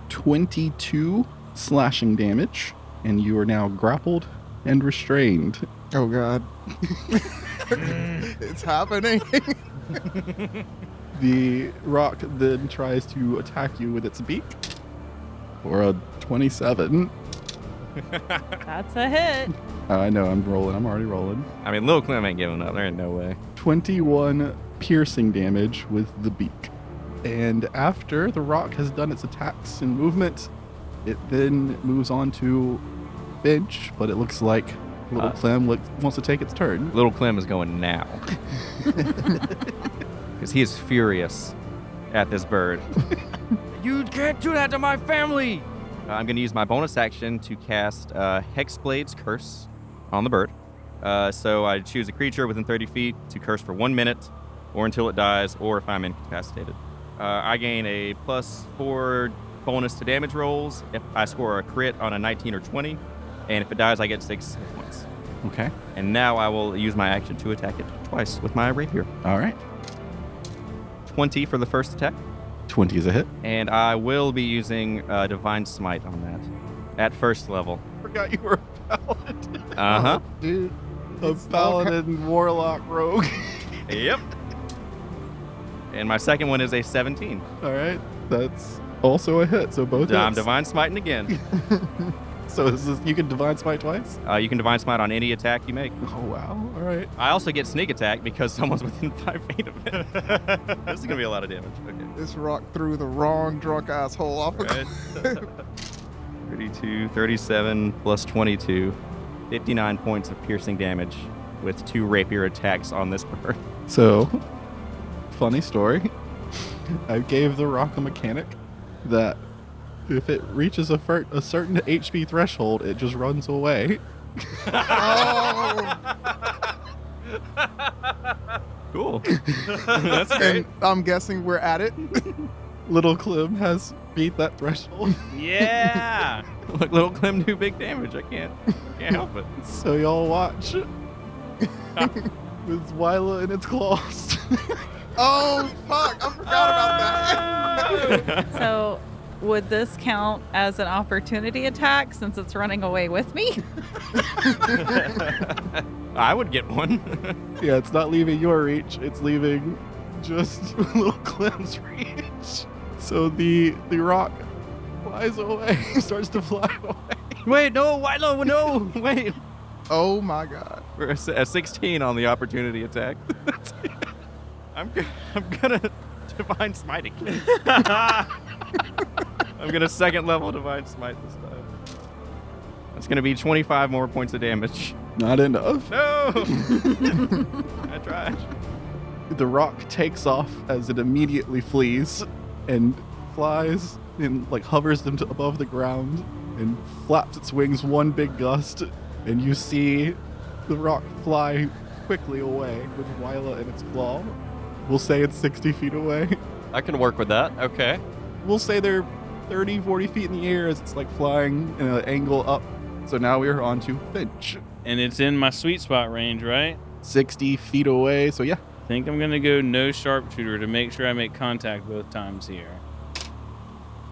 Speaker 1: 22 slashing damage, and you are now grappled and restrained.
Speaker 4: oh, God. *laughs* it's happening. *laughs*
Speaker 1: The rock then tries to attack you with its beak for a 27.
Speaker 7: That's
Speaker 1: *laughs*
Speaker 7: a hit.
Speaker 1: I know, I'm rolling. I'm already rolling.
Speaker 3: I mean, Lil Clem ain't giving up. There ain't no way.
Speaker 1: 21 piercing damage with the beak. And after the rock has done its attacks and movement, it then moves on to Finch, but it looks like little
Speaker 3: Uh.
Speaker 1: Clem look, wants to take its turn.
Speaker 3: Little Clem is going now. Because he is furious at this bird.
Speaker 6: You can't do that to my family!
Speaker 3: Uh, I'm going to use my bonus action to cast uh, Hexblade's Curse on the bird. Uh, so I choose a creature within 30 feet to curse for one minute, or until it dies, or if I'm incapacitated. Uh, I gain a plus four bonus to damage rolls if I score a crit on a 19 or 20, and if it dies, I get six hit points.
Speaker 1: Okay.
Speaker 3: And now I will use my action to attack it twice with my rapier.
Speaker 1: All right.
Speaker 3: 20 for the first attack,
Speaker 11: 20 is a hit.
Speaker 3: and I will be using uh, Divine Smite on that at first level.
Speaker 1: Forgot you were a *laughs* paladin.
Speaker 3: Uh huh.
Speaker 1: Dude, a
Speaker 4: all ki-
Speaker 1: paladin warlock rogue. *laughs*
Speaker 3: Yep. And my second one is a 17.
Speaker 1: All right. That's also a hit. So both
Speaker 3: I'm
Speaker 1: hits.
Speaker 3: divine smiting again.
Speaker 1: So this is, you can divine smite twice?
Speaker 3: Uh, you can divine smite on any attack you make.
Speaker 1: Oh, wow. All right.
Speaker 3: I also get sneak attack because *laughs* someone's within five feet of it. this is gonna be a lot of damage. Okay.
Speaker 4: this rock threw the wrong drunk asshole off a
Speaker 3: *laughs* All right. 32, 37 plus 22, 59 points of piercing damage with two rapier attacks on this *laughs* bird.
Speaker 1: So, *laughs* funny story. *laughs* I gave the rock a mechanic that if it reaches a, fir- a certain HP threshold, it just runs away.
Speaker 4: Oh,
Speaker 6: *laughs*
Speaker 3: Cool.
Speaker 4: and I'm guessing we're at it. *laughs*
Speaker 1: Little Clem has beat that threshold. *laughs*
Speaker 5: yeah.
Speaker 3: Look, little Clem do big damage. I can't, I can't help it.
Speaker 1: so, y'all watch. Ah. *laughs* With Wyla in its claws. *laughs*
Speaker 4: Oh, fuck. I forgot about that.
Speaker 7: So, would this count as an opportunity attack since it's running away with me? *laughs*
Speaker 3: I would get one.
Speaker 1: yeah, it's not leaving your reach, it's leaving just *laughs* Little Clem's reach. So, the, the rock *laughs* flies away, starts to fly away.
Speaker 6: Wait, no, Wylo, no! Wait!
Speaker 4: *laughs* Oh my god.
Speaker 3: We're a s- a 16 on the opportunity attack. *laughs* I'm, go- I'm gonna divine smite again. I'm gonna second level divine smite this time. That's gonna be 25 more points of damage.
Speaker 1: Not enough.
Speaker 3: *laughs* No! I tried.
Speaker 8: The rock takes off as it immediately flees and flies and like hovers them to above the ground and flaps its wings one big gust and you see the rock fly quickly away with Wyla in its claw. We'll say it's 60 feet away. *laughs*
Speaker 6: I can work with that. Okay.
Speaker 8: We'll say they're 30, 40 feet in the air as it's like flying in an angle up. So now we are on to Finch.
Speaker 2: And it's in my sweet spot range, right?
Speaker 1: 60 feet away. So yeah,
Speaker 2: Think I'm gonna go no sharpshooter to make sure I make contact both times here.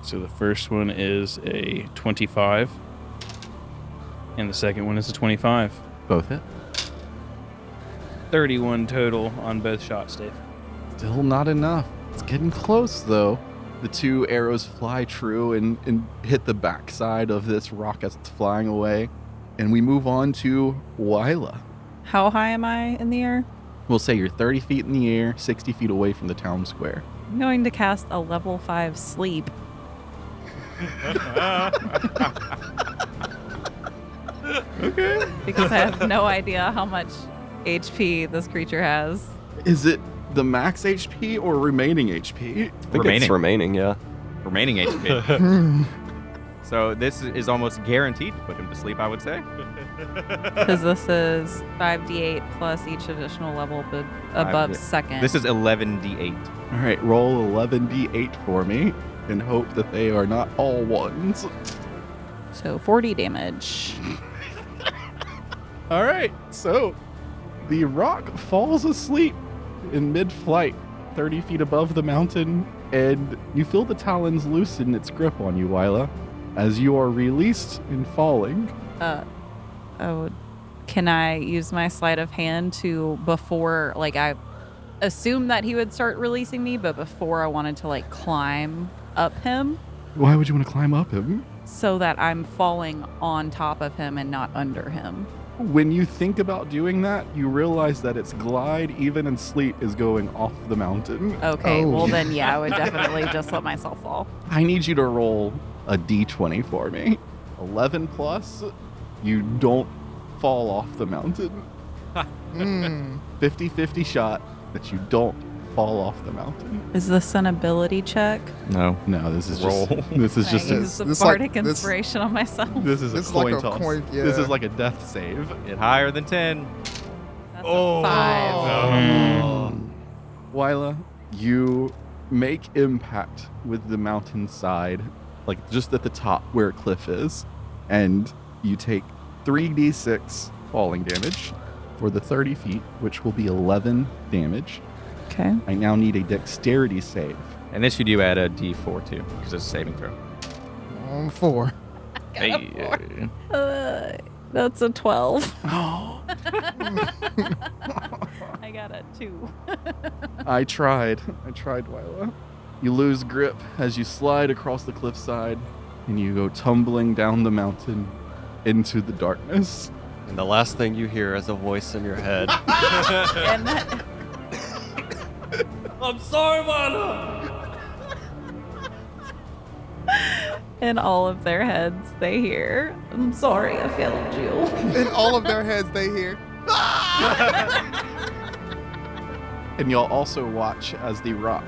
Speaker 2: So the first one is a 25, and the second one is a 25.
Speaker 1: both hit.
Speaker 2: 31 total on both shots, Dave.
Speaker 1: Still not enough. It's getting close though. The two arrows fly true and, and hit the backside of this rock as it's flying away. And we move on to Wyla.
Speaker 7: How high am I in the air?
Speaker 1: We'll say you're 30 feet in the air, 60 feet away from the town square.
Speaker 7: I'm going to cast a level five sleep. okay. Because I have no idea how much HP this creature has.
Speaker 1: Is it the max HP or remaining HP?
Speaker 6: I think
Speaker 3: Remaining.
Speaker 6: it's remaining, yeah.
Speaker 3: Remaining HP. *laughs* so this is almost guaranteed to put him to sleep, I would say.
Speaker 7: Because this is 5d8 plus each additional level bu- above
Speaker 3: yeah.
Speaker 7: second.
Speaker 3: This is 11d8.
Speaker 1: All right, roll 11d8 for me and hope that they are not all ones.
Speaker 7: so 40 damage.
Speaker 8: All right, so the rock falls asleep in mid flight, 30 feet above the mountain, and you feel the talons loosen its grip on you, Wyla,
Speaker 1: As you are released in falling,
Speaker 7: Uh, oh, can I use my sleight of hand to before like I assumed that he would start releasing me, but before I wanted to like climb up him
Speaker 1: why would you want to climb up him?
Speaker 7: so that I'm falling on top of him and not under him.
Speaker 1: When you think about doing that, you realize that its glide, even in sleep, is going off the mountain.
Speaker 7: Okay,
Speaker 4: Oh.
Speaker 7: well then yeah, I would definitely just let myself fall.
Speaker 1: I need you to roll a d20 for me. 11 plus, you don't fall off the mountain.
Speaker 4: Mm.
Speaker 1: 50 50 shot that you don't fall off the mountain.
Speaker 7: Is this an ability check?
Speaker 3: No.
Speaker 1: No, this is
Speaker 3: Roll.
Speaker 1: just this is
Speaker 7: I
Speaker 1: just a,
Speaker 7: use the
Speaker 4: this, like,
Speaker 7: bardic
Speaker 4: this-
Speaker 7: inspiration on myself.
Speaker 1: *laughs* this is a
Speaker 4: This is like
Speaker 1: coin
Speaker 4: a
Speaker 1: toss.
Speaker 4: coin-
Speaker 1: This
Speaker 4: yeah.
Speaker 1: is like a death save.
Speaker 3: Get higher than 10.
Speaker 7: That's a five.
Speaker 1: Wyla, you make impact with the mountainside, like just at the top where a cliff is, and you take 3d6 falling damage for the 30 feet, which will be 11 damage.
Speaker 7: Okay.
Speaker 1: I now need a dexterity save.
Speaker 3: And this you do add a d4 too, because it's a saving throw.
Speaker 4: Um, four.
Speaker 3: Hey.
Speaker 7: Uh, that's a 12.
Speaker 1: Oh,
Speaker 7: *laughs* I got a 2.
Speaker 1: *laughs* I tried. I tried, Wyla. You lose grip as you slide across the cliffside, and you go tumbling down the mountain into the darkness.
Speaker 6: And the last thing you hear is a voice in your head.
Speaker 7: *laughs* And that,
Speaker 6: I'm sorry, Wanda!
Speaker 7: in all of their heads, they hear, I'm sorry I failed you.
Speaker 4: In all of their heads, they hear.
Speaker 1: And you'll also watch as the rock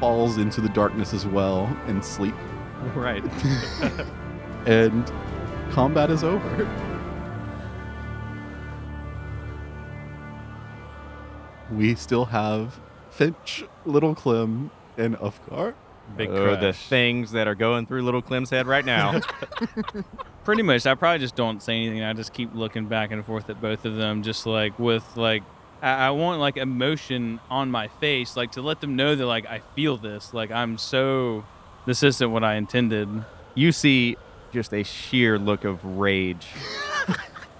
Speaker 1: falls into the darkness as well and sleep.
Speaker 3: *laughs* right.
Speaker 1: And combat is over. *laughs* We still have Finch, Little Clem, and Ufgar.
Speaker 2: Big
Speaker 3: Oh, the
Speaker 2: crush.
Speaker 3: things that are going through little Clem's head right now.
Speaker 2: Pretty much, I probably just don't say anything. I just keep looking back and forth at both of them, just like with like I, I want like emotion on my face, like to let them know that like I feel this, like I'm so this isn't what I intended.
Speaker 3: you see just a sheer look of
Speaker 5: *laughs*
Speaker 3: rage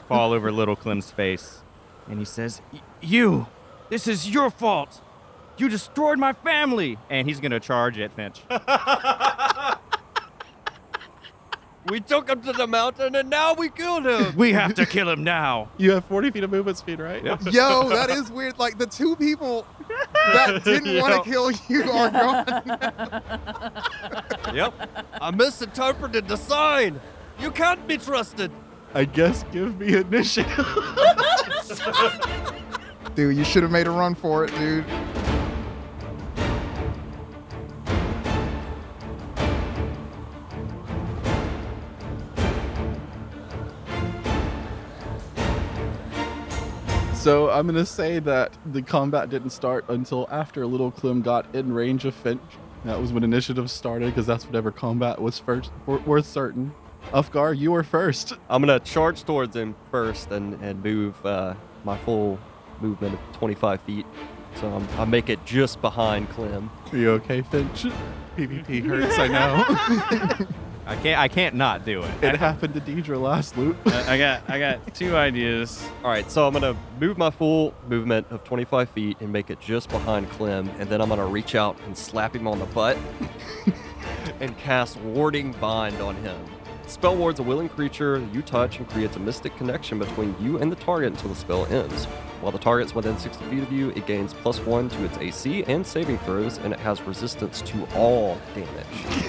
Speaker 3: fall over little Clem's face. And he says,
Speaker 5: You! This is your fault! You destroyed my family!
Speaker 3: and he's going to charge at Finch.
Speaker 6: We took him to the mountain and now we killed him.
Speaker 5: *laughs* We have to kill him now.
Speaker 8: You have 40 feet of movement speed, right?
Speaker 12: Yep.
Speaker 4: Yo, that is weird. Like the two people that didn't want to kill you are gone.
Speaker 6: yep. I misinterpreted the sign. You can't be trusted.
Speaker 8: I guess give me initiative.
Speaker 4: Dude, you should have made a run for it, dude.
Speaker 8: So I'm gonna say that the combat didn't start until after Little Clem got in range of Finch. That was when initiative started, because that's whenever combat was first for, for certain. Ufgar, you were first.
Speaker 6: I'm gonna charge towards him first and and move uh, my full movement of 25 feet. So I'm, I make it just behind Clem.
Speaker 8: Are you okay, Finch? PvP hurts, I *laughs* know.
Speaker 3: I can't. I can't not do it.
Speaker 8: it happened to Deidre last loop.
Speaker 2: I I got I got two ideas.
Speaker 6: All right, so I'm gonna move my full movement of 25 feet and make it just behind Clem, and then I'm gonna reach out and slap him on the butt and cast Warding Bind on him. Spell wards a willing creature you touch and creates a mystic connection between you and the target until the spell ends. While the target's within 60 feet of you, it gains plus one to its AC and saving throws, and it has resistance to all damage.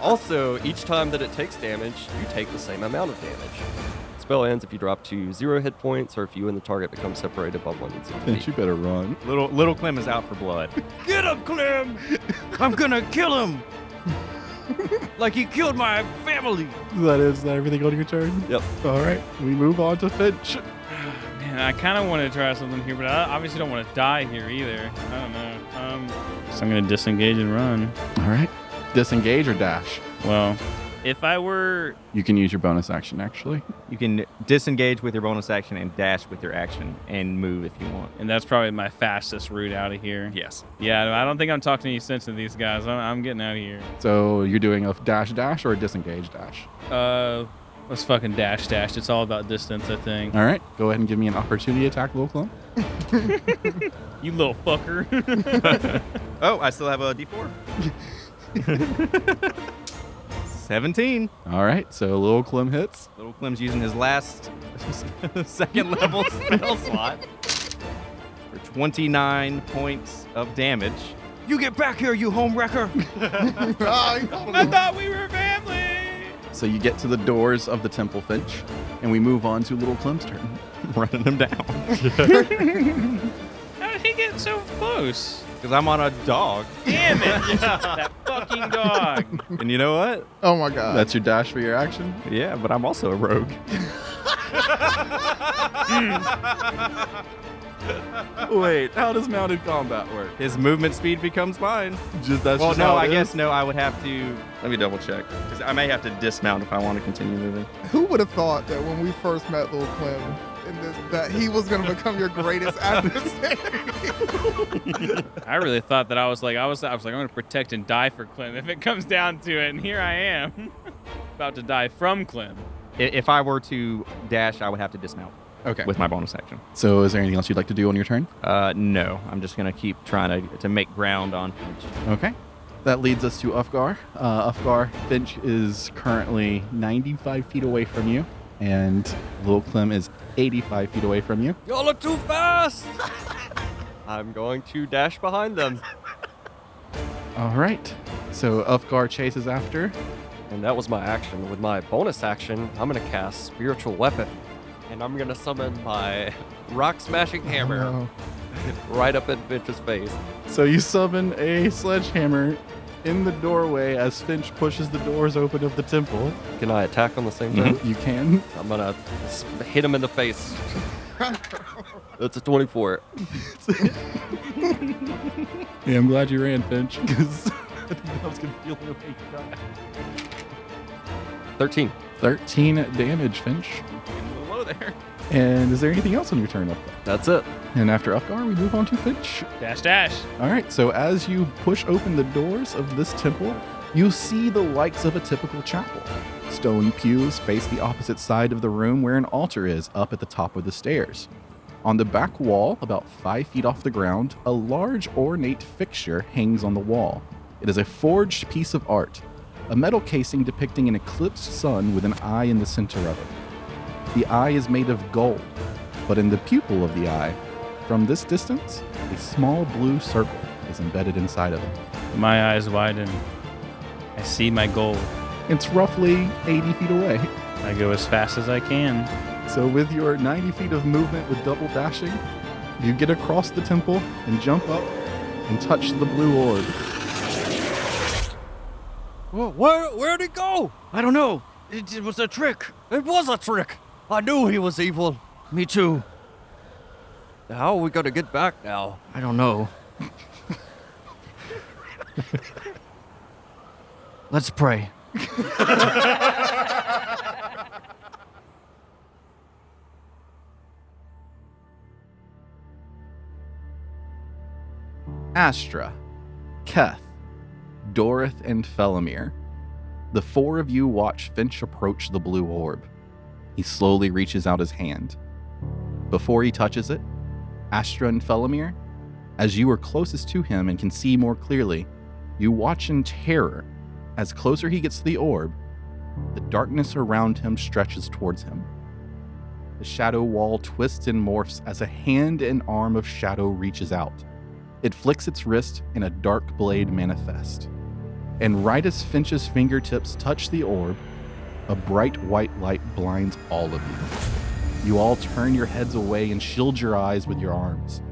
Speaker 6: also, each time that it takes damage, you take the same amount of damage. Spell ends if you drop to zero hit points or if you and the target become separated by one instant.
Speaker 8: Finch, you
Speaker 6: feet.
Speaker 8: better run.
Speaker 3: Little little Clem is out for blood.
Speaker 5: *laughs* Get him, Clem! I'm gonna
Speaker 3: *laughs*
Speaker 5: kill him! like he killed my family!
Speaker 8: That is that everything on your turn?
Speaker 6: Yep.
Speaker 8: All right, we move on to Finch.
Speaker 2: Man, I kind of want to try something here, but I obviously don't want to die here either. I don't know. Um, so I'm gonna disengage and run.
Speaker 1: All right. Disengage or dash?
Speaker 2: Well, if I were
Speaker 1: You can use your bonus action, actually.
Speaker 3: You can disengage with your bonus action and dash with your action and move if you want.
Speaker 2: and that's probably my fastest route out of here.
Speaker 3: Yes.
Speaker 2: Yeah, I don't think I'm talking any sense to these guys. I'm, I'm getting out of here.
Speaker 1: So you're doing a dash dash or a disengage dash.
Speaker 2: Uh, let's fucking dash dash. It's all about distance, I think.
Speaker 1: All right. Go ahead and give me an opportunity attack, Little Clone.
Speaker 2: You little fucker. *laughs*
Speaker 3: Oh, I still have a D4. 17.
Speaker 1: All right, so Little Clem hits.
Speaker 3: Little Clem's using his last *laughs* second level spell slot for 29 points of damage.
Speaker 5: You get back here, you home
Speaker 3: *laughs*
Speaker 5: wrecker!
Speaker 4: Ah, you got him.
Speaker 2: I thought we were family.
Speaker 1: So you get to the doors of the Temple Finch, and we move on to Little Clem's turn.
Speaker 3: Running him down.
Speaker 2: How did he get so close?
Speaker 3: Because I'm on a dog.
Speaker 2: Damn
Speaker 3: *laughs*
Speaker 2: it! That fucking dog.
Speaker 3: And you know what?
Speaker 4: Oh my god.
Speaker 1: That's your dash for your action.
Speaker 3: Yeah, but I'm also a rogue.
Speaker 8: Wait, how does mounted combat work?
Speaker 3: His movement speed becomes mine.
Speaker 8: Just that's
Speaker 3: well,
Speaker 8: just
Speaker 3: no,
Speaker 8: how it
Speaker 3: I
Speaker 8: is?
Speaker 3: guess no. I would have to. Let me double check. 'Cause I may have to dismount if I want to continue moving.
Speaker 4: Who would have thought that when we first met Lil Clem in this that he was gonna become your greatest adversary?
Speaker 2: I really thought that I was like I was I was like I'm gonna protect and die for Clem if it comes down to it, and here I am, *laughs* about to die from Clem.
Speaker 3: I- If I were to dash, I would have to dismount
Speaker 1: Okay.
Speaker 3: with my bonus action.
Speaker 1: So is there anything else you'd like to do on your turn?
Speaker 3: Uh, no, I'm just gonna keep trying to, to make ground on Finch.
Speaker 1: Okay. That leads us to Ufgar. Uh, Ufgar, Finch is currently 95 feet away from you, and Little Clem is 85 feet away from you.
Speaker 6: Y'all are too fast! *laughs* I'm going to dash behind them.
Speaker 1: All right. So Ufgar chases after.
Speaker 6: And that was my action. With my bonus action, I'm going to cast Spiritual Weapon. And I'm going to summon my *laughs* rock smashing
Speaker 5: Oh,
Speaker 6: hammer *laughs* right up in Finch's face.
Speaker 8: So you summon a sledgehammer in the doorway as Finch pushes the doors open of the temple.
Speaker 6: Can I attack on the same turn?
Speaker 5: Mm-hmm.
Speaker 8: You can.
Speaker 6: I'm going to hit him in the
Speaker 5: *laughs*
Speaker 6: face. That's a 24.
Speaker 8: Yeah, I'm glad you ran, *laughs* Finch, because I think that was gonna be a little bit rough.
Speaker 6: 13.
Speaker 1: 13 damage, Finch.
Speaker 3: Hello there.
Speaker 1: And is there anything else on your turn, Ufgar?
Speaker 6: That's it.
Speaker 1: And after Ufgar, we move on to Finch.
Speaker 2: Dash dash.
Speaker 1: All right, so as you push open the doors of this temple, you see the likes of a typical chapel. Stone pews face the opposite side of the room where an altar is, up at the top of the stairs. On the back wall, about five feet off the ground, a large ornate fixture hangs on the wall. It is a forged piece of art. a metal casing depicting an eclipsed sun with an eye in the center of it. The eye is made of gold, but in the pupil of the eye, from this distance, a small blue circle is embedded inside of it.
Speaker 2: My eyes widen. I see my goal.
Speaker 1: It's roughly 80 feet away. *laughs*
Speaker 2: I go as fast as I can.
Speaker 1: So, with your 90 feet of movement with double dashing, you get across the temple and jump up and touch the blue orb.
Speaker 5: Whoa, where, where'd it go? I don't know. It, it was a trick.
Speaker 6: It was a trick. I knew he was evil.
Speaker 5: Me too.
Speaker 6: How are we going to get back now?
Speaker 5: I don't know. Let's pray.
Speaker 1: Astra, Keth, Dorith, and Felomir. The four of you watch Finch approach the blue orb. He slowly reaches out his hand. Before he touches it, Astra and Felomir, as you are closest to him and can see more clearly, you watch in terror as closer he gets to the orb, the darkness around him stretches towards him. The shadow wall twists and morphs as a hand and arm of shadow reaches out. It flicks its wrist and a dark blade manifests. And right as Finch's fingertips touch the orb, a bright white light blinds all of you. You all turn your heads away and shield your eyes with your arms.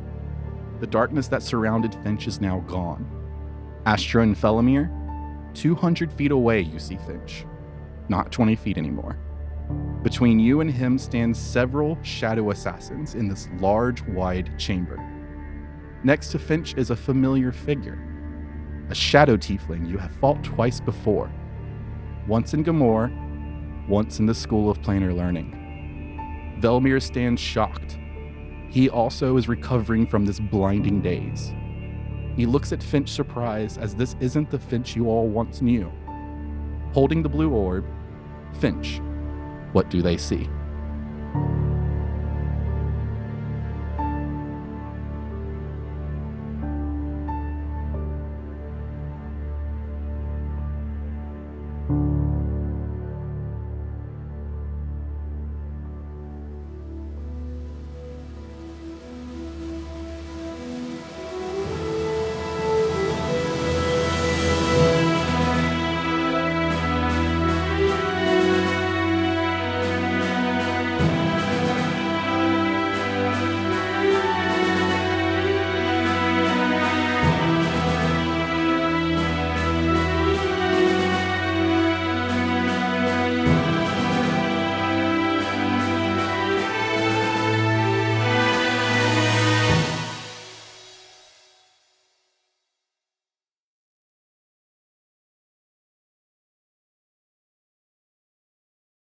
Speaker 1: The darkness that surrounded Finch is now gone. Astra and Felomir, 200 feet away, you see Finch. Not 20 feet anymore. Between you and him stand several shadow assassins in this large, wide chamber. Next to Finch is a familiar figure a shadow tiefling you have fought twice before. Once in Gamor, once in the School of Planar Learning. Velmir stands shocked. He also is recovering from this blinding daze. He looks at Finch surprised as this isn't the Finch you all once knew. Holding the blue orb, Finch, what do they see?